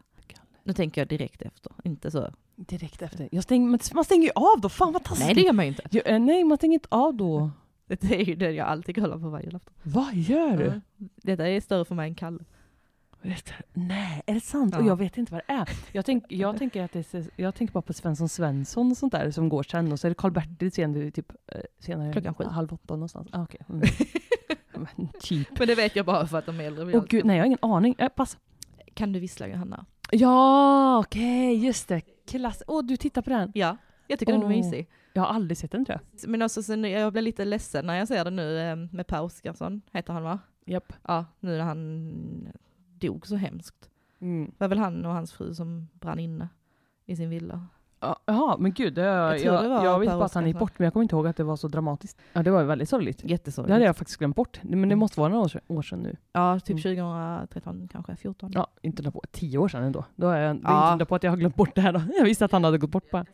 [SPEAKER 1] Nu tänker jag direkt efter, inte så.
[SPEAKER 2] Direkt efter. Jag stäng, men man stänger ju av då, fan vad taskigt!
[SPEAKER 1] Nej, det gör man ju inte.
[SPEAKER 2] Jo, eh, nej, man stänger inte av då.
[SPEAKER 1] Det är ju det jag alltid kollar på varje julafton.
[SPEAKER 2] Vad gör du?
[SPEAKER 1] Ja. Detta är större för mig än Kalle.
[SPEAKER 2] Vet du? Nej, är det sant?
[SPEAKER 1] Ja.
[SPEAKER 2] Och jag vet inte vad det är. Jag, tänk, jag, tänker att det är, jag tänker bara på Svensson Svensson och sånt där som går sen och så är det Karl-Bertil sen, typ, eh, senare,
[SPEAKER 1] Klockan sju.
[SPEAKER 2] halv åtta någonstans. Ah, okay. mm. Men Cheap.
[SPEAKER 1] Men det vet jag bara för att de är äldre.
[SPEAKER 2] Åh gud, nej jag har ingen aning. Eh, pass.
[SPEAKER 1] Kan du vissla Johanna?
[SPEAKER 2] Ja, okej, just det. Klass. Åh, du tittar på den.
[SPEAKER 1] Ja, jag tycker den är
[SPEAKER 2] Åh.
[SPEAKER 1] mysig.
[SPEAKER 2] Jag har aldrig sett den tror jag.
[SPEAKER 1] Men också, sen, jag blir lite ledsen när jag ser den nu eh, med Per Oscarsson, heter han va?
[SPEAKER 2] Japp.
[SPEAKER 1] Ja, nu när han dog så hemskt.
[SPEAKER 2] Mm.
[SPEAKER 1] Det var väl han och hans fru som brann inne i sin villa.
[SPEAKER 2] Ja, Jaha, men gud. Det, jag,
[SPEAKER 1] Jag tror
[SPEAKER 2] jag,
[SPEAKER 1] det var
[SPEAKER 2] vet
[SPEAKER 1] Per
[SPEAKER 2] bara att han gick
[SPEAKER 1] Oscarsson.
[SPEAKER 2] bort, men jag kommer inte ihåg att det var så dramatiskt. Ja, det var ju väldigt sorgligt. Det
[SPEAKER 1] Jättesorgligt.
[SPEAKER 2] hade jag faktiskt glömt bort. Men det
[SPEAKER 1] Mm.
[SPEAKER 2] måste vara några år sedan, år sedan nu.
[SPEAKER 1] Ja,
[SPEAKER 2] Mm.
[SPEAKER 1] typ 2013 kanske, 14.
[SPEAKER 2] Ja, inte undra på. Tio år sedan ändå. Då är jag det är
[SPEAKER 1] Ja.
[SPEAKER 2] inte undra på att jag har glömt bort det här då. Jag visste att han hade gått bort bara.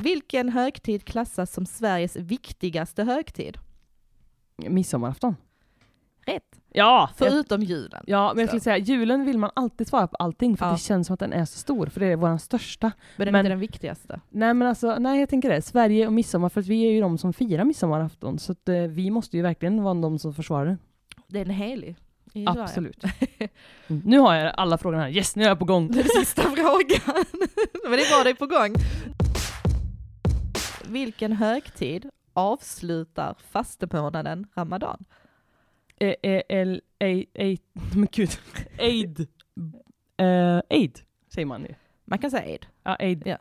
[SPEAKER 1] Vilken högtid klassas som Sveriges viktigaste högtid?
[SPEAKER 2] Midsommarafton.
[SPEAKER 1] Rätt.
[SPEAKER 2] Ja! jag,
[SPEAKER 1] Förutom julen.
[SPEAKER 2] ja, men jag skulle säga julen vill man alltid svara på allting för
[SPEAKER 1] Ja.
[SPEAKER 2] det känns som att den är så stor, för det är vår största.
[SPEAKER 1] men den är
[SPEAKER 2] men-
[SPEAKER 1] inte den viktigaste.
[SPEAKER 2] Nej men alltså, nej jag tänker det. Sverige och midsommar, för att vi är ju de som firar midsommarafton. Så att, eh, vi måste ju verkligen vara de som försvarar den.
[SPEAKER 1] Den är helig. i Sverige.
[SPEAKER 2] Absolut. Mm. Nu har jag alla frågorna här. Yes, nu är jag på gång.
[SPEAKER 1] Det är den sista frågan. men det var det är på gång. Vilken högtid avslutar fastemånaden ramadan?
[SPEAKER 2] Eh, eh, el- ej- ej- Men gud. Aid. Eh, Aid, säger man ju.
[SPEAKER 1] Man kan säga eid.
[SPEAKER 2] Ja, aid.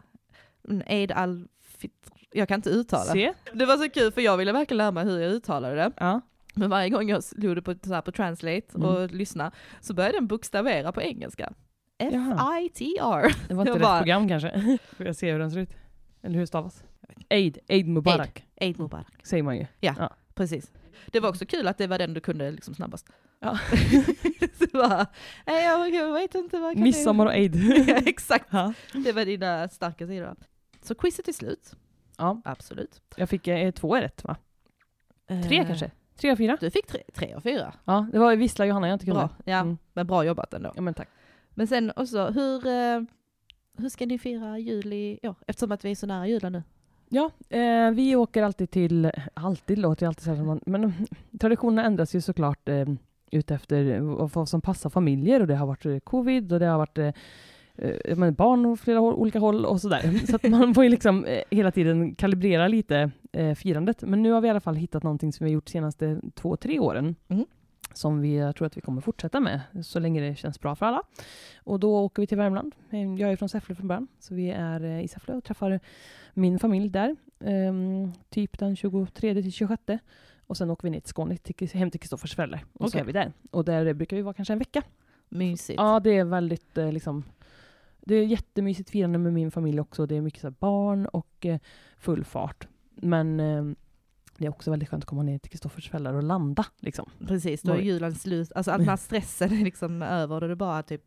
[SPEAKER 1] Men Eid al-fitr. Jag kan inte uttala.
[SPEAKER 2] Se.
[SPEAKER 1] Det var så kul för jag ville verkligen lära mig hur jag uttalade det.
[SPEAKER 2] Ja.
[SPEAKER 1] Men varje gång jag slog det på, så här, på translate
[SPEAKER 2] Mm.
[SPEAKER 1] och lyssna så började den bokstavera på engelska.
[SPEAKER 2] Jaha.
[SPEAKER 1] F-I-T-R.
[SPEAKER 2] Det var inte
[SPEAKER 1] Jag
[SPEAKER 2] rätt
[SPEAKER 1] bara-
[SPEAKER 2] program kanske. Får jag se hur den ser ut? Eller hur det stavas? Aid. Aid Mubarak,
[SPEAKER 1] Eid Mubarak.
[SPEAKER 2] säger man ju.
[SPEAKER 1] Precis. Det var också kul att det var den du kunde liksom snabbast.
[SPEAKER 2] Ja.
[SPEAKER 1] Så bara, nej jag, jag vet inte vad jag kan
[SPEAKER 2] Midsommar och aid.
[SPEAKER 1] Ja, exakt.
[SPEAKER 2] Ja.
[SPEAKER 1] Det var dina starka sidor. Så quizet är slut,
[SPEAKER 2] ja,
[SPEAKER 1] absolut.
[SPEAKER 2] jag fick eh, två rätt va? Tre
[SPEAKER 1] Eh,
[SPEAKER 2] kanske? Tre av fyra?
[SPEAKER 1] Du fick tre, tre och fyra.
[SPEAKER 2] Ja, det var vissla Johanna jag inte kunde.
[SPEAKER 1] Bra, ja,
[SPEAKER 2] Mm.
[SPEAKER 1] men bra jobbat ändå.
[SPEAKER 2] Ja men tack.
[SPEAKER 1] Men sen också, hur, eh, hur ska ni fira jul i år? Eftersom att vi är så nära julen nu.
[SPEAKER 2] Ja, eh, vi åker alltid till, alltid låter ju alltid så här som man, men eh, traditionerna ändras ju såklart eh, utefter vad vad som passar familjer och det har varit eh, covid och det har varit eh, eh, ja, men barn åt flera håll, olika håll och sådär. Så att man får ju liksom eh, hela tiden kalibrera lite eh, firandet. Men nu har vi i alla fall hittat någonting som vi har gjort de senaste två, tre åren.
[SPEAKER 1] Mm.
[SPEAKER 2] Som vi jag tror att vi kommer fortsätta med så länge det känns bra för alla. Och då åker vi till Värmland. Eh, Jag är från Säffle från början, så vi är eh, i Säffle och träffar min familj där. ehm, typ den 23 till 26. Och sen åker vi ner till Skåne, till, Kris- hem till Kristoffers föräldrar. Och så
[SPEAKER 1] Okej.
[SPEAKER 2] är vi där. Och där brukar vi vara kanske en vecka.
[SPEAKER 1] Mysigt.
[SPEAKER 2] Ja, det är väldigt eh, liksom det är jättemysigt firande med min familj också. Det är mycket så här, barn och eh, full fart. Men eh, det är också väldigt skönt att komma ner till Kristoffers föräldrar och landa. Liksom.
[SPEAKER 1] Precis, då är
[SPEAKER 2] Var- Mm.
[SPEAKER 1] julen slut. Alltså all den här stressen är liksom över, då är det bara typ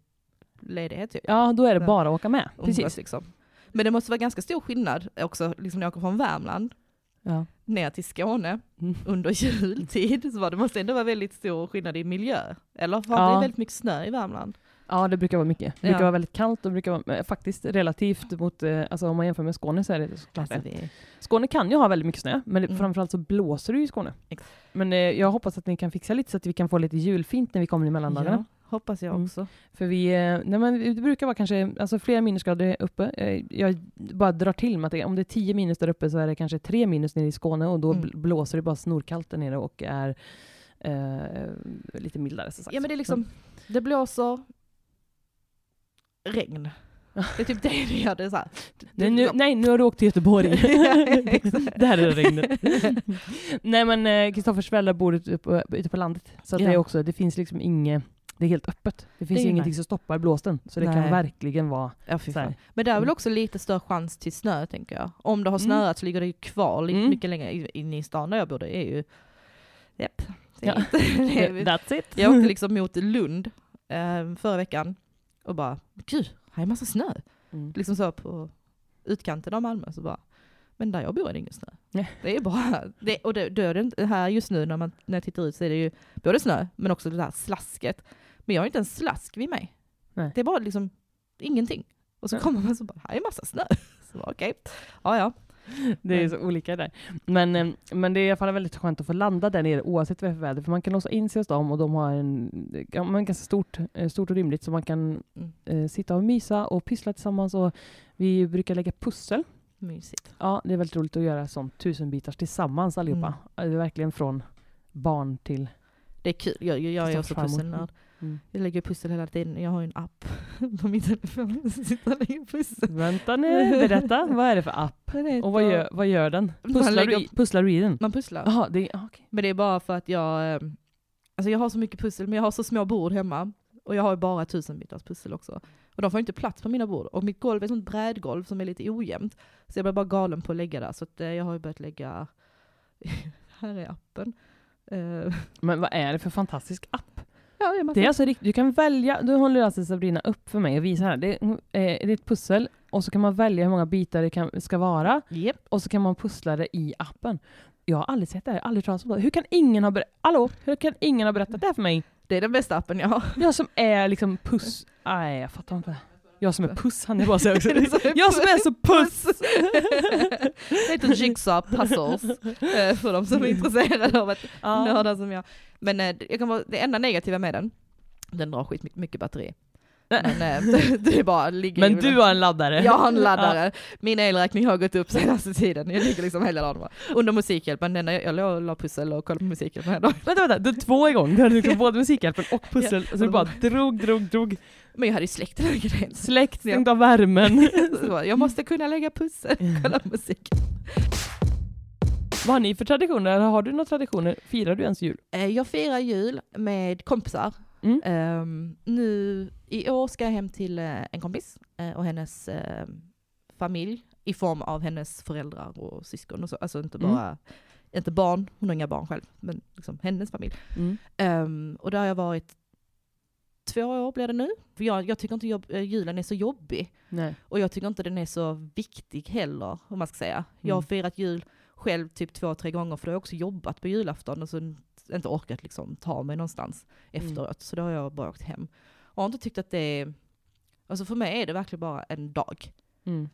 [SPEAKER 1] ledighet typ.
[SPEAKER 2] Ja, då är det
[SPEAKER 1] Ja.
[SPEAKER 2] bara att åka med.
[SPEAKER 1] Umgås,
[SPEAKER 2] Precis.
[SPEAKER 1] Liksom. Men det måste vara ganska stor skillnad också, liksom när jag åker från Värmland
[SPEAKER 2] Ja.
[SPEAKER 1] ner till Skåne
[SPEAKER 2] Mm.
[SPEAKER 1] under jultid, så var det måste ändå vara väldigt stor skillnad i miljö. Eller? För det
[SPEAKER 2] Ja.
[SPEAKER 1] är väldigt mycket snö i Värmland.
[SPEAKER 2] ja, det brukar vara mycket. Det brukar
[SPEAKER 1] Ja.
[SPEAKER 2] vara väldigt kallt och brukar vara, eh, faktiskt relativt mot, eh, alltså om man jämför med Skåne så är det såklart
[SPEAKER 1] Alltså,
[SPEAKER 2] det.
[SPEAKER 1] vi...
[SPEAKER 2] Skåne kan ju ha väldigt mycket snö, men det-
[SPEAKER 1] Mm.
[SPEAKER 2] framförallt så blåser det ju i Skåne.
[SPEAKER 1] Ex-
[SPEAKER 2] Men eh, jag hoppas att ni kan fixa lite så att vi kan få lite julfint när vi kommer i mellandagarna.
[SPEAKER 1] Ja, hoppas jag
[SPEAKER 2] Mm.
[SPEAKER 1] också.
[SPEAKER 2] För vi, eh, nej men det brukar vara kanske alltså flera minusgrader uppe. Eh, Jag bara drar till med att det, om det är 10 minus där uppe så är det kanske 3 minus nere i Skåne och då
[SPEAKER 1] Mm.
[SPEAKER 2] bl- blåser det bara snorkallt där nere och är eh, lite mildare som sagt.
[SPEAKER 1] Ja men det är liksom, det blåser regn. Det är typ det det gör. Det är så här.
[SPEAKER 2] nej, nu, nej, nu har du åkt till Göteborg. där är det regnet. nej men eh, Kristoffers föräldrar bor ute på, ute på landet. Så att det,
[SPEAKER 1] Ja.
[SPEAKER 2] är också, det finns liksom inget, det är helt öppet. Det finns
[SPEAKER 1] Det är
[SPEAKER 2] ju
[SPEAKER 1] ju
[SPEAKER 2] ingenting som stoppar blåsten. Så det kan
[SPEAKER 1] Nej.
[SPEAKER 2] verkligen vara
[SPEAKER 1] Ja, fy
[SPEAKER 2] Så här.
[SPEAKER 1] fan. Men det är väl
[SPEAKER 2] Mm.
[SPEAKER 1] också lite större chans till snö tänker jag. Om det har
[SPEAKER 2] Mm.
[SPEAKER 1] snöat så ligger det ju kvar li-
[SPEAKER 2] Mm.
[SPEAKER 1] mycket längre in- inne i stan där jag bor. Det är ju, japp. Det är
[SPEAKER 2] Ja.
[SPEAKER 1] inte, det är,
[SPEAKER 2] That's it.
[SPEAKER 1] Jag åkte liksom mot Lund eh, förra veckan och bara, gud, här är massa snö.
[SPEAKER 2] Mm.
[SPEAKER 1] Liksom så på utkanten av Malmö så bara, men där jag bor är det ingen snö.
[SPEAKER 2] Nej.
[SPEAKER 1] Det är bara, det, och det, då är det inte- här just nu när, man, när jag tittar ut så är det ju både snö men också det där slasket. Men jag har inte en slask vid mig.
[SPEAKER 2] Nej.
[SPEAKER 1] Det är bara liksom ingenting. Och så
[SPEAKER 2] Ja.
[SPEAKER 1] kommer man så bara, här är massa snö. Så bara, okej, ja ja.
[SPEAKER 2] Det är ju
[SPEAKER 1] Men-
[SPEAKER 2] så olika där. Men, eh, men det är i alla fall väldigt skönt att få landa där nere oavsett vad det är för väder. För man kan låsa in sig hos dem och de har en, ja, men ganska stort, eh, stort och rymligt så man kan
[SPEAKER 1] Mm.
[SPEAKER 2] eh, sitta och mysa och pyssla tillsammans. Och vi brukar lägga pussel.
[SPEAKER 1] Mysigt.
[SPEAKER 2] Ja, det är väldigt roligt att göra sånt tusenbitars tillsammans allihopa.
[SPEAKER 1] Mm.
[SPEAKER 2] Eh, Verkligen från barn till...
[SPEAKER 1] Det är kul, jag, jag, jag är också
[SPEAKER 2] Kristoffers farmor.
[SPEAKER 1] pusselnörd.
[SPEAKER 2] Mm.
[SPEAKER 1] Jag lägger pussel hela tiden, jag har ju en app på min telefon. Jag sitter och lägger pussel.
[SPEAKER 2] Vänta nu, berätta. Vad är det för app? Och vad gör, vad gör den?
[SPEAKER 1] Man
[SPEAKER 2] Pusslar, du,
[SPEAKER 1] lägger-
[SPEAKER 2] i, pusslar du i den?
[SPEAKER 1] Man pusslar.
[SPEAKER 2] Jaha, det, ah, okej.
[SPEAKER 1] Men det är bara för att jag, eh, alltså jag har så mycket pussel, men jag har så små bord hemma. Och jag har ju bara tusenbitars pussel också. Och de får inte plats på mina bord. Och mitt golv är ett sånt brädgolv som är lite ojämnt. Så jag blir bara galen på att lägga där. Så att, eh, jag har ju börjat lägga, här är appen. Eh,
[SPEAKER 2] Men vad är det för fantastisk app?
[SPEAKER 1] ja, det är massa.
[SPEAKER 2] Det är alltså rikt- du kan välja, du håller alltså Sabrina upp för mig och visar här. Det, är- eh, det är ett pussel och så kan man välja hur många bitar det kan, ska vara
[SPEAKER 1] Japp.
[SPEAKER 2] och så kan man pussla det i appen. Jag har aldrig sett det här, jag har aldrig talat om det. Hur kan ingen ha, ber- Hallå, hur kan ingen ha berättat det här för mig?
[SPEAKER 1] det är den bästa appen jag har.
[SPEAKER 2] Jag som är liksom puss... Nej, jag fattar inte. Jag som är puss, han är bara så också.
[SPEAKER 1] Det är så här-
[SPEAKER 2] Jag som är så puss!
[SPEAKER 1] det heter Jigsaw Puzzles, eh, för de som är intresserade av att
[SPEAKER 2] Ja.
[SPEAKER 1] nördar som jag. Men eh, jag kan vara, det enda negativa med den, den drar skitmycket mycket batteri. Men eh, det är bara ligger
[SPEAKER 2] Men
[SPEAKER 1] i-
[SPEAKER 2] du har en laddare.
[SPEAKER 1] jag har en laddare. Min elräkning har gått upp senaste tiden. Jag ligger liksom hela dagen bara. Under Musikhjälpen, den jag, jag låg och la pussel och kollade på Musikhjälpen hela dagen.
[SPEAKER 2] Vänta, vänta, du har två igång. Du hade liksom både musikhjälpen och pussel. Så du bara drog, drog, drog.
[SPEAKER 1] Men jag hade ju släckt den här grejen.
[SPEAKER 2] Släkt,
[SPEAKER 1] Ja.
[SPEAKER 2] stängde av värmen.
[SPEAKER 1] Så bara, Jag måste kunna lägga pussel och kolla på musik.
[SPEAKER 2] Vad har ni för traditioner? Eller Har du några traditioner? Firar du ens jul?
[SPEAKER 1] Eh, Jag firar jul med kompisar.
[SPEAKER 2] Mm.
[SPEAKER 1] Ehm, nu i år ska jag hem till eh, en kompis eh, och hennes eh, familj i form av hennes föräldrar och syskon och så. Alltså inte
[SPEAKER 2] Mm.
[SPEAKER 1] bara, inte barn,
[SPEAKER 2] Eh, mm.
[SPEAKER 1] hon har inga barn själv, men liksom hennes familj. Ehm, och där har jag varit två år blir det nu. För jag, jag tycker inte jobb, eh, julen är så jobbig.
[SPEAKER 2] Nej.
[SPEAKER 1] Och jag tycker inte den är så viktig heller, om man ska säga. Jag har
[SPEAKER 2] Mm.
[SPEAKER 1] firat jul själv typ två, tre gånger, för då har jag också jobbat på julafton och så n- inte orkat liksom ta mig någonstans
[SPEAKER 2] Mm.
[SPEAKER 1] efteråt. Så då har jag bara åkt hem. Och har inte tyckt att det är... Alltså för mig är det verkligen bara en dag.
[SPEAKER 2] Mm.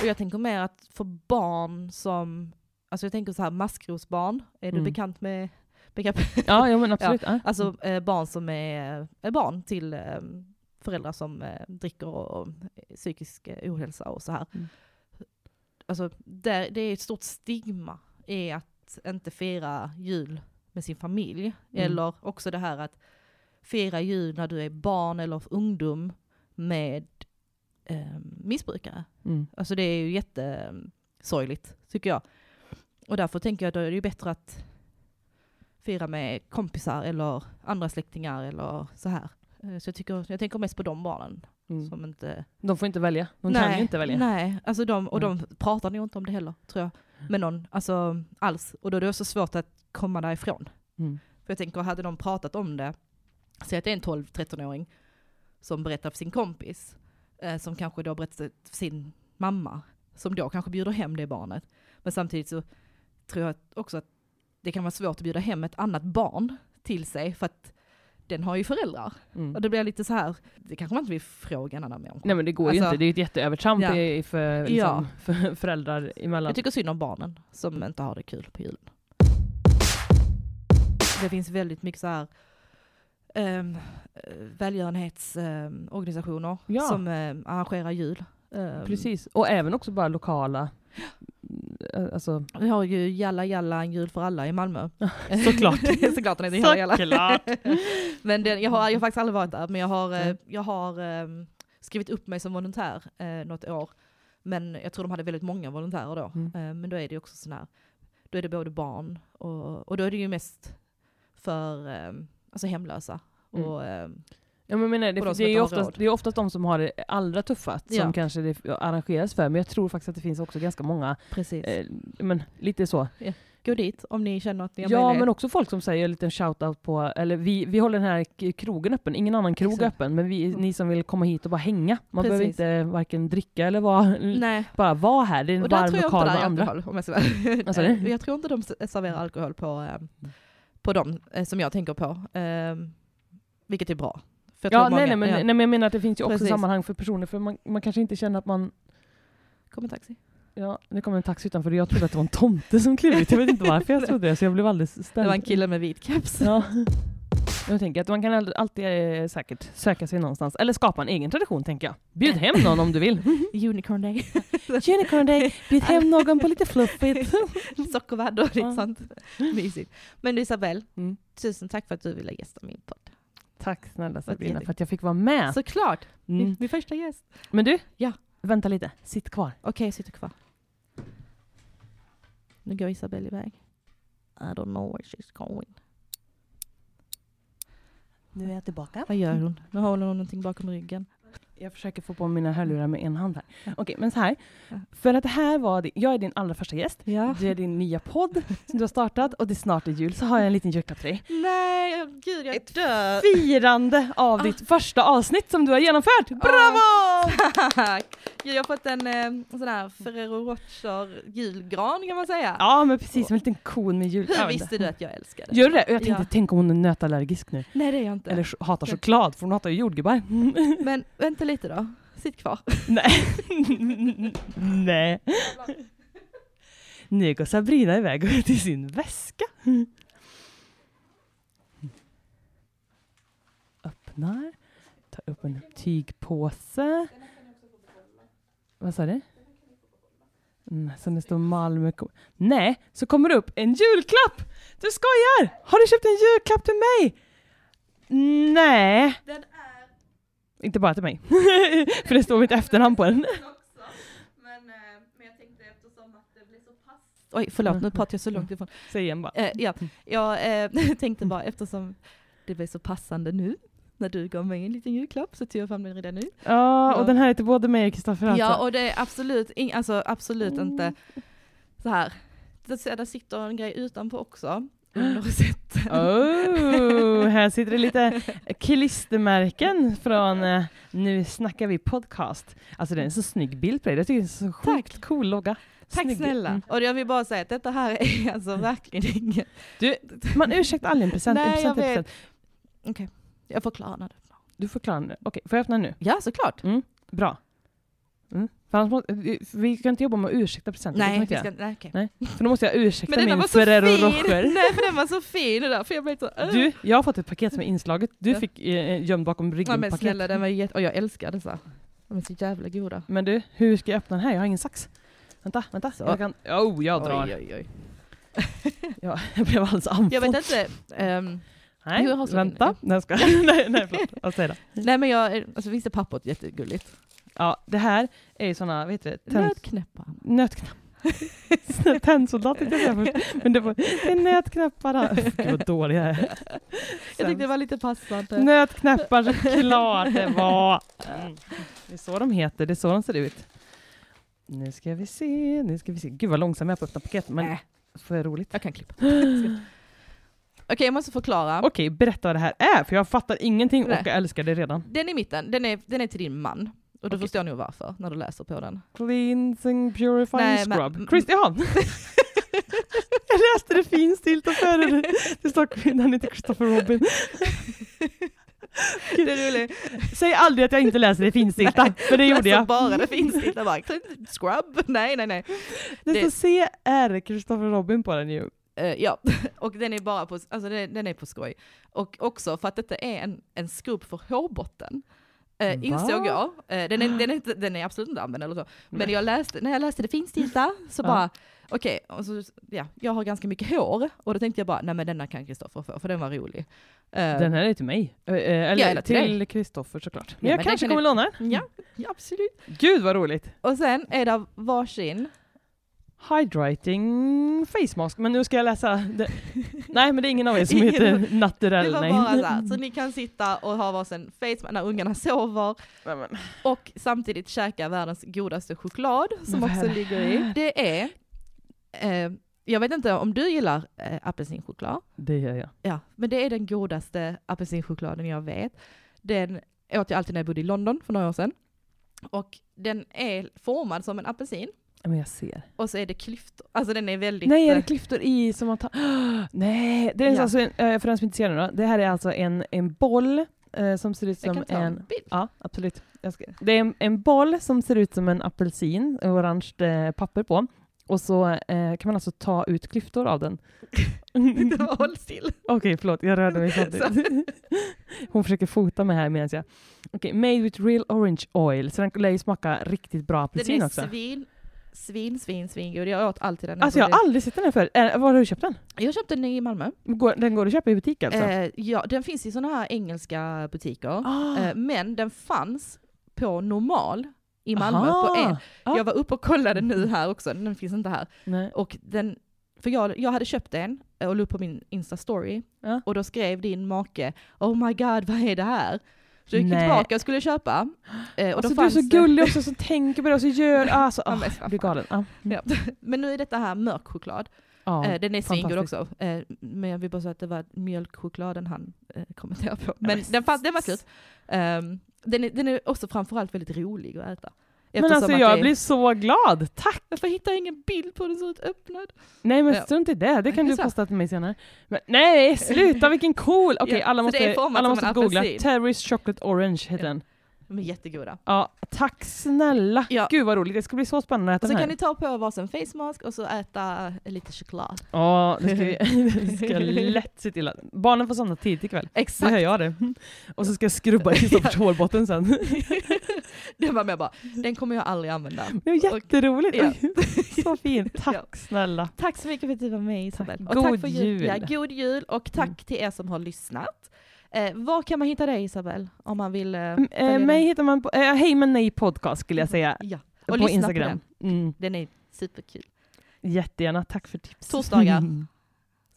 [SPEAKER 1] Och jag tänker mer att för barn som... Alltså jag tänker så här, maskrosbarn, är du
[SPEAKER 2] Mm.
[SPEAKER 1] bekant med begreppet?
[SPEAKER 2] Ja, jo, men absolut. Ja.
[SPEAKER 1] Alltså eh, barn som är, är barn till eh, föräldrar som eh, dricker och, och psykisk eh, ohälsa och så här.
[SPEAKER 2] Mm.
[SPEAKER 1] Alltså det, det är ett stort stigma i att inte fira jul med sin familj.
[SPEAKER 2] Mm.
[SPEAKER 1] Eller också det här att fira jul när du är barn eller ungdom med eh, missbrukare.
[SPEAKER 2] Mm.
[SPEAKER 1] Alltså det är ju jättesorgligt, tycker jag. Och därför tänker jag att då är det ju bättre att fira med kompisar eller andra släktingar eller så här. Eh, Så jag, tycker, jag tänker mest på de barnen
[SPEAKER 2] Mm.
[SPEAKER 1] som inte...
[SPEAKER 2] De får inte välja. De kan ju inte välja. Mm.
[SPEAKER 1] Nej, alltså de, och de pratar nog inte om det heller, tror jag. Med någon, alltså alls. Och då är det också svårt att komma därifrån.
[SPEAKER 2] Mm.
[SPEAKER 1] För jag tänker, hade de pratat om det, säg att det är en 12-13-åring som berättar för sin kompis, eh, som kanske då berättar för sin mamma, som då kanske bjuder hem det barnet. Men samtidigt så tror jag också att det kan vara svårt att bjuda hem ett annat barn till sig, för att den har ju föräldrar.
[SPEAKER 2] Mm.
[SPEAKER 1] Och det blir lite så här, det kanske man inte vill fråga en annan människa.
[SPEAKER 2] Nej men det går ju
[SPEAKER 1] Alltså-
[SPEAKER 2] inte, det är ju ett jätteövertramp
[SPEAKER 1] Ja.
[SPEAKER 2] i- för, liksom,
[SPEAKER 1] Ja.
[SPEAKER 2] för föräldrar emellan.
[SPEAKER 1] Jag tycker synd om barnen som inte har det kul på julen. Det finns väldigt mycket så här um, välgörenhetsorganisationer
[SPEAKER 2] Ja.
[SPEAKER 1] som ehm, arrangerar jul. Ehm,
[SPEAKER 2] Precis, och även också bara lokala, eh, alltså
[SPEAKER 1] Vi har ju Jalla Jalla, en jul för alla i Malmö.
[SPEAKER 2] såklart.
[SPEAKER 1] Såklart den heter Jalla Jalla.
[SPEAKER 2] Såklart.
[SPEAKER 1] men den, jag, har, jag har faktiskt aldrig varit där, men jag har, eh,
[SPEAKER 2] Nej.
[SPEAKER 1] jag har ehm, skrivit upp mig som volontär eh, något år. Men jag tror de hade väldigt många volontärer då.
[SPEAKER 2] Mm.
[SPEAKER 1] Eh, men då är det ju också sån här, då är det både barn och, och då är det ju mest för ehm, alltså hemlösa.
[SPEAKER 2] Mm.
[SPEAKER 1] Och, ehm,
[SPEAKER 2] Ja, men jag menar,
[SPEAKER 1] Och de
[SPEAKER 2] det,
[SPEAKER 1] som
[SPEAKER 2] det, är
[SPEAKER 1] inte
[SPEAKER 2] ju
[SPEAKER 1] har
[SPEAKER 2] oftast,
[SPEAKER 1] råd.
[SPEAKER 2] det är oftast de som har det allra tuffast
[SPEAKER 1] Ja.
[SPEAKER 2] som kanske det arrangeras för, men jag tror faktiskt att det finns också ganska många,
[SPEAKER 1] precis.
[SPEAKER 2] eh, men lite så.
[SPEAKER 1] Gå dit om ni känner att ni har
[SPEAKER 2] Ja,
[SPEAKER 1] möjlighet.
[SPEAKER 2] men också folk som säger en liten shout-out på, eller vi, vi håller den här k- krogen öppen, ingen annan krog
[SPEAKER 1] Exakt. Mm.
[SPEAKER 2] öppen, men vi, ni som vill komma hit och bara hänga. Man behöver
[SPEAKER 1] Precis.
[SPEAKER 2] inte varken dricka eller vara,
[SPEAKER 1] Nej,
[SPEAKER 2] bara vara här, det är en
[SPEAKER 1] och där
[SPEAKER 2] varm
[SPEAKER 1] tror jag
[SPEAKER 2] lokal
[SPEAKER 1] inte
[SPEAKER 2] med
[SPEAKER 1] där är
[SPEAKER 2] andra.
[SPEAKER 1] alkohol om jag ska vara
[SPEAKER 2] Vad sa
[SPEAKER 1] Eh,
[SPEAKER 2] du?
[SPEAKER 1] Jag tror inte de s- serverar alkohol på, ehm, på de eh, som jag tänker på. Ehm, vilket är bra. För jag
[SPEAKER 2] Ja,
[SPEAKER 1] tror många-
[SPEAKER 2] nej, nej, men,
[SPEAKER 1] ja.
[SPEAKER 2] nej men jag menar att det finns ju också
[SPEAKER 1] Precis.
[SPEAKER 2] sammanhang för personer, för man, man kanske inte känner att man...
[SPEAKER 1] Kommer taxi.
[SPEAKER 2] Ja, nu kommer en taxi utanför och jag trodde att det var en tomte som klev ut. Jag vet inte varför jag trodde det, så jag blev alldeles
[SPEAKER 1] Det
[SPEAKER 2] ställd.
[SPEAKER 1] var en kille med vit keps.
[SPEAKER 2] Ja. Jag tänker att man kan all- alltid eh, säkert söka sig någonstans, eller skapa en egen tradition tänker jag. Bjud hem någon om du vill.
[SPEAKER 1] Unicorn day.
[SPEAKER 2] Unicorn day, bjud hem någon på lite fluffigt.
[SPEAKER 1] Sockervadd och lite
[SPEAKER 2] Ja.
[SPEAKER 1] sånt. Mysigt. Men Isabel,
[SPEAKER 2] Mm.
[SPEAKER 1] tusen tack för att du ville gästa min podd.
[SPEAKER 2] Tack snälla Sabrina
[SPEAKER 1] jättekul.
[SPEAKER 2] för att jag fick vara med.
[SPEAKER 1] Såklart!
[SPEAKER 2] Mm.
[SPEAKER 1] Min, min första gäst.
[SPEAKER 2] Men du,
[SPEAKER 1] Ja.
[SPEAKER 2] vänta lite, sitt kvar.
[SPEAKER 1] Okej, jag sitter kvar. Nu går Isabel iväg. I don't know where she's going.
[SPEAKER 2] Nu är jag tillbaka.
[SPEAKER 1] Vad gör hon? Nu håller hon någonting bakom ryggen.
[SPEAKER 2] Jag försöker få på mina hörlurar med en hand här. Okej, men så här.
[SPEAKER 1] Ja.
[SPEAKER 2] För att det här var, din- jag är din allra första gäst.
[SPEAKER 1] Ja.
[SPEAKER 2] Det är din nya podd som du har startat och det är snart är jul så har jag en liten julklapp till dig.
[SPEAKER 1] Nej, gud jag dör!
[SPEAKER 2] Firande av ditt första avsnitt som du har genomfört! Bravo!
[SPEAKER 1] Tack! Jag har fått en eh, sån här Ferrero Rocher julgran kan man säga.
[SPEAKER 2] Ja men precis, som en liten kon med jul.
[SPEAKER 1] Hur
[SPEAKER 2] Ja,
[SPEAKER 1] visste du att jag älskade
[SPEAKER 2] Gör du det? Och jag tänkte,
[SPEAKER 1] Ja.
[SPEAKER 2] tänk om hon är nötallergisk nu.
[SPEAKER 1] Nej det är jag inte.
[SPEAKER 2] Eller ch- hatar choklad, för hon hatar ju jordgubbar.
[SPEAKER 1] Men vänta lite då. Sitt kvar.
[SPEAKER 2] Nej. Nu går Sabrina iväg till sin väska. Öppnar, tar upp en tygpåse. Vad sa du? Mm, Sen det står Malmö kom- Nej, så kommer det upp en julklapp! Du skojar! Har du köpt en julklapp till mig? Nej,
[SPEAKER 1] Den är
[SPEAKER 2] inte bara till mig. För det står mitt efternamn på den.
[SPEAKER 1] också. Men, eh, men jag tänkte eftersom att det blir så pass... Mm. Oj förlåt nu pratar jag så långt ifrån.
[SPEAKER 2] Säg igen bara.
[SPEAKER 1] Eh, ja, jag eh, tänkte bara eftersom det blev så passande nu när du gav mig en liten julklapp så tog jag fram den redan nu.
[SPEAKER 2] Ja,
[SPEAKER 1] Ja.
[SPEAKER 2] och den här är till både mig och Kristoffer alltså.
[SPEAKER 1] Ja och det är absolut, ing, alltså, absolut
[SPEAKER 2] Mm.
[SPEAKER 1] inte så här. Det- Där sitter en grej utanpå också. undersett.
[SPEAKER 2] Oh, här sitter det lite klistermärken från eh, Nu snackar vi podcast. Alltså det är en så snygg bild på dig. Jag tycker det är en så sjukt cool logga.
[SPEAKER 1] Tack
[SPEAKER 2] Snygg.
[SPEAKER 1] snälla.
[SPEAKER 2] Mm.
[SPEAKER 1] Och jag vill bara säga att detta här är alltså verkligen inget.
[SPEAKER 2] Du, man ursäktar aldrig en present.
[SPEAKER 1] Nej,
[SPEAKER 2] en present,
[SPEAKER 1] jag
[SPEAKER 2] en
[SPEAKER 1] vet.
[SPEAKER 2] present.
[SPEAKER 1] Okej, jag förklarar när det.
[SPEAKER 2] Du får klara nu. Okej, får jag öppna nu?
[SPEAKER 1] Ja, såklart.
[SPEAKER 2] Bra. Mm. För annars måste, vi kan inte jobba med att ursäkta presenter. det kan
[SPEAKER 1] Nej,
[SPEAKER 2] vi
[SPEAKER 1] vi
[SPEAKER 2] inte
[SPEAKER 1] ska,
[SPEAKER 2] göra.
[SPEAKER 1] nej okej.
[SPEAKER 2] Nej, För då måste jag ursäkta
[SPEAKER 1] Men denna var
[SPEAKER 2] min
[SPEAKER 1] så
[SPEAKER 2] Ferrero
[SPEAKER 1] fin!
[SPEAKER 2] Rocher.
[SPEAKER 1] Nej, för den var så fin det där, för jag blev så... äh.
[SPEAKER 2] Du, jag har fått ett paket som är inslaget. Du
[SPEAKER 1] Ja.
[SPEAKER 2] fick eh, gömd bakom
[SPEAKER 1] ja,
[SPEAKER 2] ryggen
[SPEAKER 1] men
[SPEAKER 2] paket.
[SPEAKER 1] snälla, den var jätte... Och jag älskar dessa. De är så jävla goda.
[SPEAKER 2] Men du, hur ska jag öppna den här? Jag har ingen sax. Vänta, vänta.
[SPEAKER 1] Så.
[SPEAKER 2] Jag kan... Oh, jag drar.
[SPEAKER 1] Oj, oj, oj.
[SPEAKER 2] Ja, jag blev alldeles
[SPEAKER 1] Jag
[SPEAKER 2] andfådd.
[SPEAKER 1] vet inte. ehm,
[SPEAKER 2] Nej,
[SPEAKER 1] Jo, jag har så
[SPEAKER 2] vänta.
[SPEAKER 1] min-
[SPEAKER 2] Nej, jag skojar. nej, nej, förlåt. Vad säger du?
[SPEAKER 1] nej men jag, alltså visst är pappret jättegulligt?
[SPEAKER 2] Ja, det här är ju såna, vad heter det? Tänd...
[SPEAKER 1] Nötknäppar.
[SPEAKER 2] Nötknapp. Snö- Tändsoldat tänkte jag säga först. Men det var det är nötknäppar. Gud vad dålig jag är.
[SPEAKER 1] Jag tyckte det var lite passande.
[SPEAKER 2] Nötknäppar såklart det var. Mm. Det är så de heter, det är så de ser ut. Nu ska vi se, nu ska vi se. Gud vad långsam jag är på att öppna paket. Men
[SPEAKER 1] Äh.
[SPEAKER 2] får jag roligt.
[SPEAKER 1] Jag kan klippa. Okej, jag måste förklara.
[SPEAKER 2] Okej, berätta vad det här är, för jag fattar ingenting och
[SPEAKER 1] Nej.
[SPEAKER 2] jag älskar det redan.
[SPEAKER 1] Den i mitten, den är, den är till din man. Och du
[SPEAKER 2] Okej.
[SPEAKER 1] förstår nog varför när du läser på den.
[SPEAKER 2] Cleansing Purifying
[SPEAKER 1] Nej, men-
[SPEAKER 2] Scrub. Chris, jaha! jag läste det finstilt och före det. Det står kvinnan heter Christopher Robin.
[SPEAKER 1] Det är roligt.
[SPEAKER 2] Säg aldrig att jag inte läser det finstilta, för det gjorde
[SPEAKER 1] Läser
[SPEAKER 2] jag.
[SPEAKER 1] bara det finns inte. Bara, scrub. Nej, nej, nej.
[SPEAKER 2] Det
[SPEAKER 1] det-
[SPEAKER 2] står CR Christopher Robin på den ju.
[SPEAKER 1] Eh, ja, och den är bara på, alltså den, den är på skoj. Och också för att detta är en, en skrubb för hårbotten. Eh,
[SPEAKER 2] Va?
[SPEAKER 1] insåg jag. Eh, den, är, den, är, inte- den är absolut inte använd eller så. Men
[SPEAKER 2] Nej.
[SPEAKER 1] jag läste, när jag läste det finstilta så
[SPEAKER 2] Ja.
[SPEAKER 1] bara, okej, och så, ja, jag har ganska mycket hår. Och då tänkte jag bara, nej men denna kan Kristoffer få, för den var rolig. Eh,
[SPEAKER 2] Den här är till mig. Eh, eh,
[SPEAKER 1] Ja,
[SPEAKER 2] Eller
[SPEAKER 1] eller till
[SPEAKER 2] till Kristoffer såklart. Men
[SPEAKER 1] Ja,
[SPEAKER 2] jag
[SPEAKER 1] men
[SPEAKER 2] kanske
[SPEAKER 1] det kan
[SPEAKER 2] kommer låna
[SPEAKER 1] ja, ja, absolut.
[SPEAKER 2] den. Gud vad roligt!
[SPEAKER 1] Och sen är det varsin.
[SPEAKER 2] Hydrating face mask, men nu ska jag läsa. Det. Nej men det är ingen av er som heter
[SPEAKER 1] Det
[SPEAKER 2] naturell.
[SPEAKER 1] var
[SPEAKER 2] nej.
[SPEAKER 1] bara så här, så ni kan sitta och ha varsin face när ungarna sover.
[SPEAKER 2] Nej, men-
[SPEAKER 1] Och samtidigt käka världens godaste choklad som
[SPEAKER 2] vad är
[SPEAKER 1] också
[SPEAKER 2] det
[SPEAKER 1] ligger i. Det är, eh, jag vet inte om du gillar eh, apelsinchoklad,
[SPEAKER 2] Det gör jag.
[SPEAKER 1] ja, men det är den godaste apelsinchokladen jag vet. Den åt jag alltid när jag bodde i London för några år sedan. Och den är formad som en apelsin
[SPEAKER 2] Ja, Men jag ser.
[SPEAKER 1] och så är det klyftor, alltså den är väldigt...
[SPEAKER 2] Nej, är
[SPEAKER 1] eh,
[SPEAKER 2] det klyftor i som man tar... Nej, det är
[SPEAKER 1] Ja.
[SPEAKER 2] alltså en, eh, för den som inte ser det då. Det här är alltså en, en boll eh, som ser ut
[SPEAKER 1] jag
[SPEAKER 2] som
[SPEAKER 1] kan ta en
[SPEAKER 2] en...
[SPEAKER 1] bild.
[SPEAKER 2] Ja, absolut. Jag ska, det är en, en boll som ser ut som en apelsin, en orange eh, papper på. Och så eh, kan man alltså ta ut klyftor av den. Okej,
[SPEAKER 1] Håll still.
[SPEAKER 2] förlåt, jag rörde mig samtidigt. Hon försöker fota mig här medan jag... Okej, made with real orange oil. Så den lär ju smaka riktigt bra
[SPEAKER 1] Den
[SPEAKER 2] apelsin
[SPEAKER 1] är
[SPEAKER 2] också.
[SPEAKER 1] svin, svin, svin, svingod. Jag åt alltid den. när
[SPEAKER 2] Alltså jag
[SPEAKER 1] bodde
[SPEAKER 2] har aldrig sett den här förut. Eh, var har du köpt den?
[SPEAKER 1] i- jag köpte den i Malmö.
[SPEAKER 2] Går, den går att köpa i butik alltså?
[SPEAKER 1] Eh, ja, den finns i sådana här engelska butiker.
[SPEAKER 2] Ah.
[SPEAKER 1] Eh, men den fanns på normal i Malmö. På en.
[SPEAKER 2] Ah.
[SPEAKER 1] Jag var uppe och kollade nu här också, den finns inte här.
[SPEAKER 2] Nej.
[SPEAKER 1] Och den, för jag, jag hade köpt en eh, och la upp på min Insta-story.
[SPEAKER 2] Ja.
[SPEAKER 1] Och då skrev din make, oh my god vad är det här? Så jag gick
[SPEAKER 2] Nej.
[SPEAKER 1] tillbaka och skulle köpa. eh, Och
[SPEAKER 2] Alltså,
[SPEAKER 1] då
[SPEAKER 2] du är
[SPEAKER 1] fanns
[SPEAKER 2] så
[SPEAKER 1] det-
[SPEAKER 2] gullig också som tänker på det och så gör... Alltså,
[SPEAKER 1] Ja,
[SPEAKER 2] ah,
[SPEAKER 1] men
[SPEAKER 2] jag
[SPEAKER 1] vad
[SPEAKER 2] blir
[SPEAKER 1] fan.
[SPEAKER 2] galen. Ah.
[SPEAKER 1] Ja. Men nu är detta här mörk choklad.
[SPEAKER 2] Ja.
[SPEAKER 1] Eh, den är svingod
[SPEAKER 2] fantastiskt.
[SPEAKER 1] också. Eh, men jag vill bara säga att det var mjölkchokladen han eh, kommenterade på. Men
[SPEAKER 2] men
[SPEAKER 1] den, fanns, den var
[SPEAKER 2] s-
[SPEAKER 1] slut. Ehm, den, är, den är också framförallt väldigt rolig att äta.
[SPEAKER 2] men alltså
[SPEAKER 1] att
[SPEAKER 2] jag
[SPEAKER 1] det är-
[SPEAKER 2] blir så glad! Tack!
[SPEAKER 1] Varför hittar jag ingen bild på hur den ser ut öppnad?
[SPEAKER 2] Nej men
[SPEAKER 1] Ja.
[SPEAKER 2] strunt i det, det kan
[SPEAKER 1] Det är
[SPEAKER 2] du
[SPEAKER 1] så.
[SPEAKER 2] posta till mig senare. Men, nej sluta vilken cool! Okej
[SPEAKER 1] Ja,
[SPEAKER 2] alla
[SPEAKER 1] så det
[SPEAKER 2] måste,
[SPEAKER 1] är format
[SPEAKER 2] alla
[SPEAKER 1] som
[SPEAKER 2] måste
[SPEAKER 1] en
[SPEAKER 2] googla.
[SPEAKER 1] apelsin.
[SPEAKER 2] Terry's Chocolate Orange heter
[SPEAKER 1] Ja.
[SPEAKER 2] den.
[SPEAKER 1] De är jättegoda.
[SPEAKER 2] Ja, tack snälla!
[SPEAKER 1] Ja.
[SPEAKER 2] Gud vad roligt, det ska bli så spännande att
[SPEAKER 1] Och
[SPEAKER 2] äta
[SPEAKER 1] så
[SPEAKER 2] den här.
[SPEAKER 1] kan ni ta på varsin face mask och så äta eh, lite choklad.
[SPEAKER 2] Ja, det ska, vi, det ska jag lätt se till att... Barnen får somna tidigt ikväll. Så
[SPEAKER 1] Exakt.
[SPEAKER 2] gör jag det. Och så ska jag skrubba Kristoffers hårbotten sen.
[SPEAKER 1] det var med bara, den kommer jag aldrig använda.
[SPEAKER 2] Det var jätteroligt!
[SPEAKER 1] Ja.
[SPEAKER 2] Så fint, tack
[SPEAKER 1] Ja.
[SPEAKER 2] snälla!
[SPEAKER 1] Tack så mycket för att du var med Isabel.
[SPEAKER 2] Tack.
[SPEAKER 1] Och
[SPEAKER 2] God
[SPEAKER 1] tack för jul.
[SPEAKER 2] jul.
[SPEAKER 1] Ja, god jul och tack
[SPEAKER 2] Mm.
[SPEAKER 1] till er som har lyssnat. Eh, var kan man hitta dig Isabel? Om man vill eh, följa
[SPEAKER 2] Eh,
[SPEAKER 1] dig?
[SPEAKER 2] mig hittar man på eh, Hej men nej podcast skulle jag säga.
[SPEAKER 1] Mm. Ja. Och
[SPEAKER 2] Och på
[SPEAKER 1] lyssna på
[SPEAKER 2] Instagram. mm,
[SPEAKER 1] Den är superkul.
[SPEAKER 2] jättegärna, tack för tips.
[SPEAKER 1] Torsdagar.
[SPEAKER 2] Mm.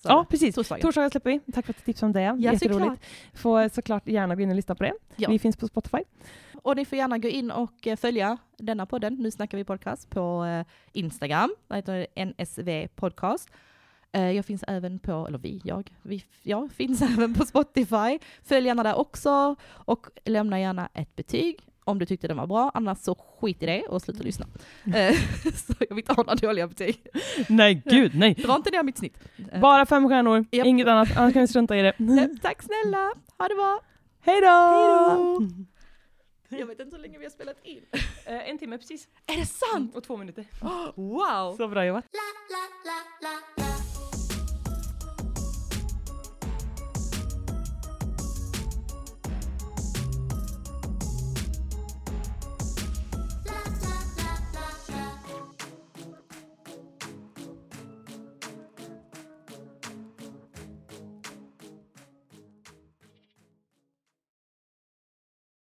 [SPEAKER 1] Så
[SPEAKER 2] Ja, precis.
[SPEAKER 1] Torsdagar.
[SPEAKER 2] Torsdagar släpper vi. Tack för att du tipsade om det.
[SPEAKER 1] Ja,
[SPEAKER 2] Jätteroligt.
[SPEAKER 1] såklart.
[SPEAKER 2] Får såklart gärna gå in och lyssna på det.
[SPEAKER 1] Ja.
[SPEAKER 2] Vi finns på Spotify.
[SPEAKER 1] Och ni får gärna gå in och eh, följa denna podden, Nu snackar vi podcast, på eh, Instagram. Där heter det NSV podcast. Eh, Jag finns även på, eller vi, jag, vi, jag finns även på Spotify. Följ gärna där också och lämna gärna ett betyg om du tyckte den var bra, annars så skit i det och sluta lyssna. Eh, så jag vill inte ha några dåliga betyg.
[SPEAKER 2] Nej, gud nej.
[SPEAKER 1] Dra inte ner mitt snitt. Eh,
[SPEAKER 2] Bara fem stjärnor,
[SPEAKER 1] Japp.
[SPEAKER 2] inget annat. Annars kan vi strunta i det.
[SPEAKER 1] nej, Tack snälla, ha det bra.
[SPEAKER 2] Hej då!
[SPEAKER 1] Jag vet inte hur länge vi har spelat in.
[SPEAKER 2] Eh, En timme precis.
[SPEAKER 1] Är det sant? Mm.
[SPEAKER 2] Och två minuter.
[SPEAKER 1] Wow!
[SPEAKER 2] Så bra jobbat.
[SPEAKER 4] la la la la la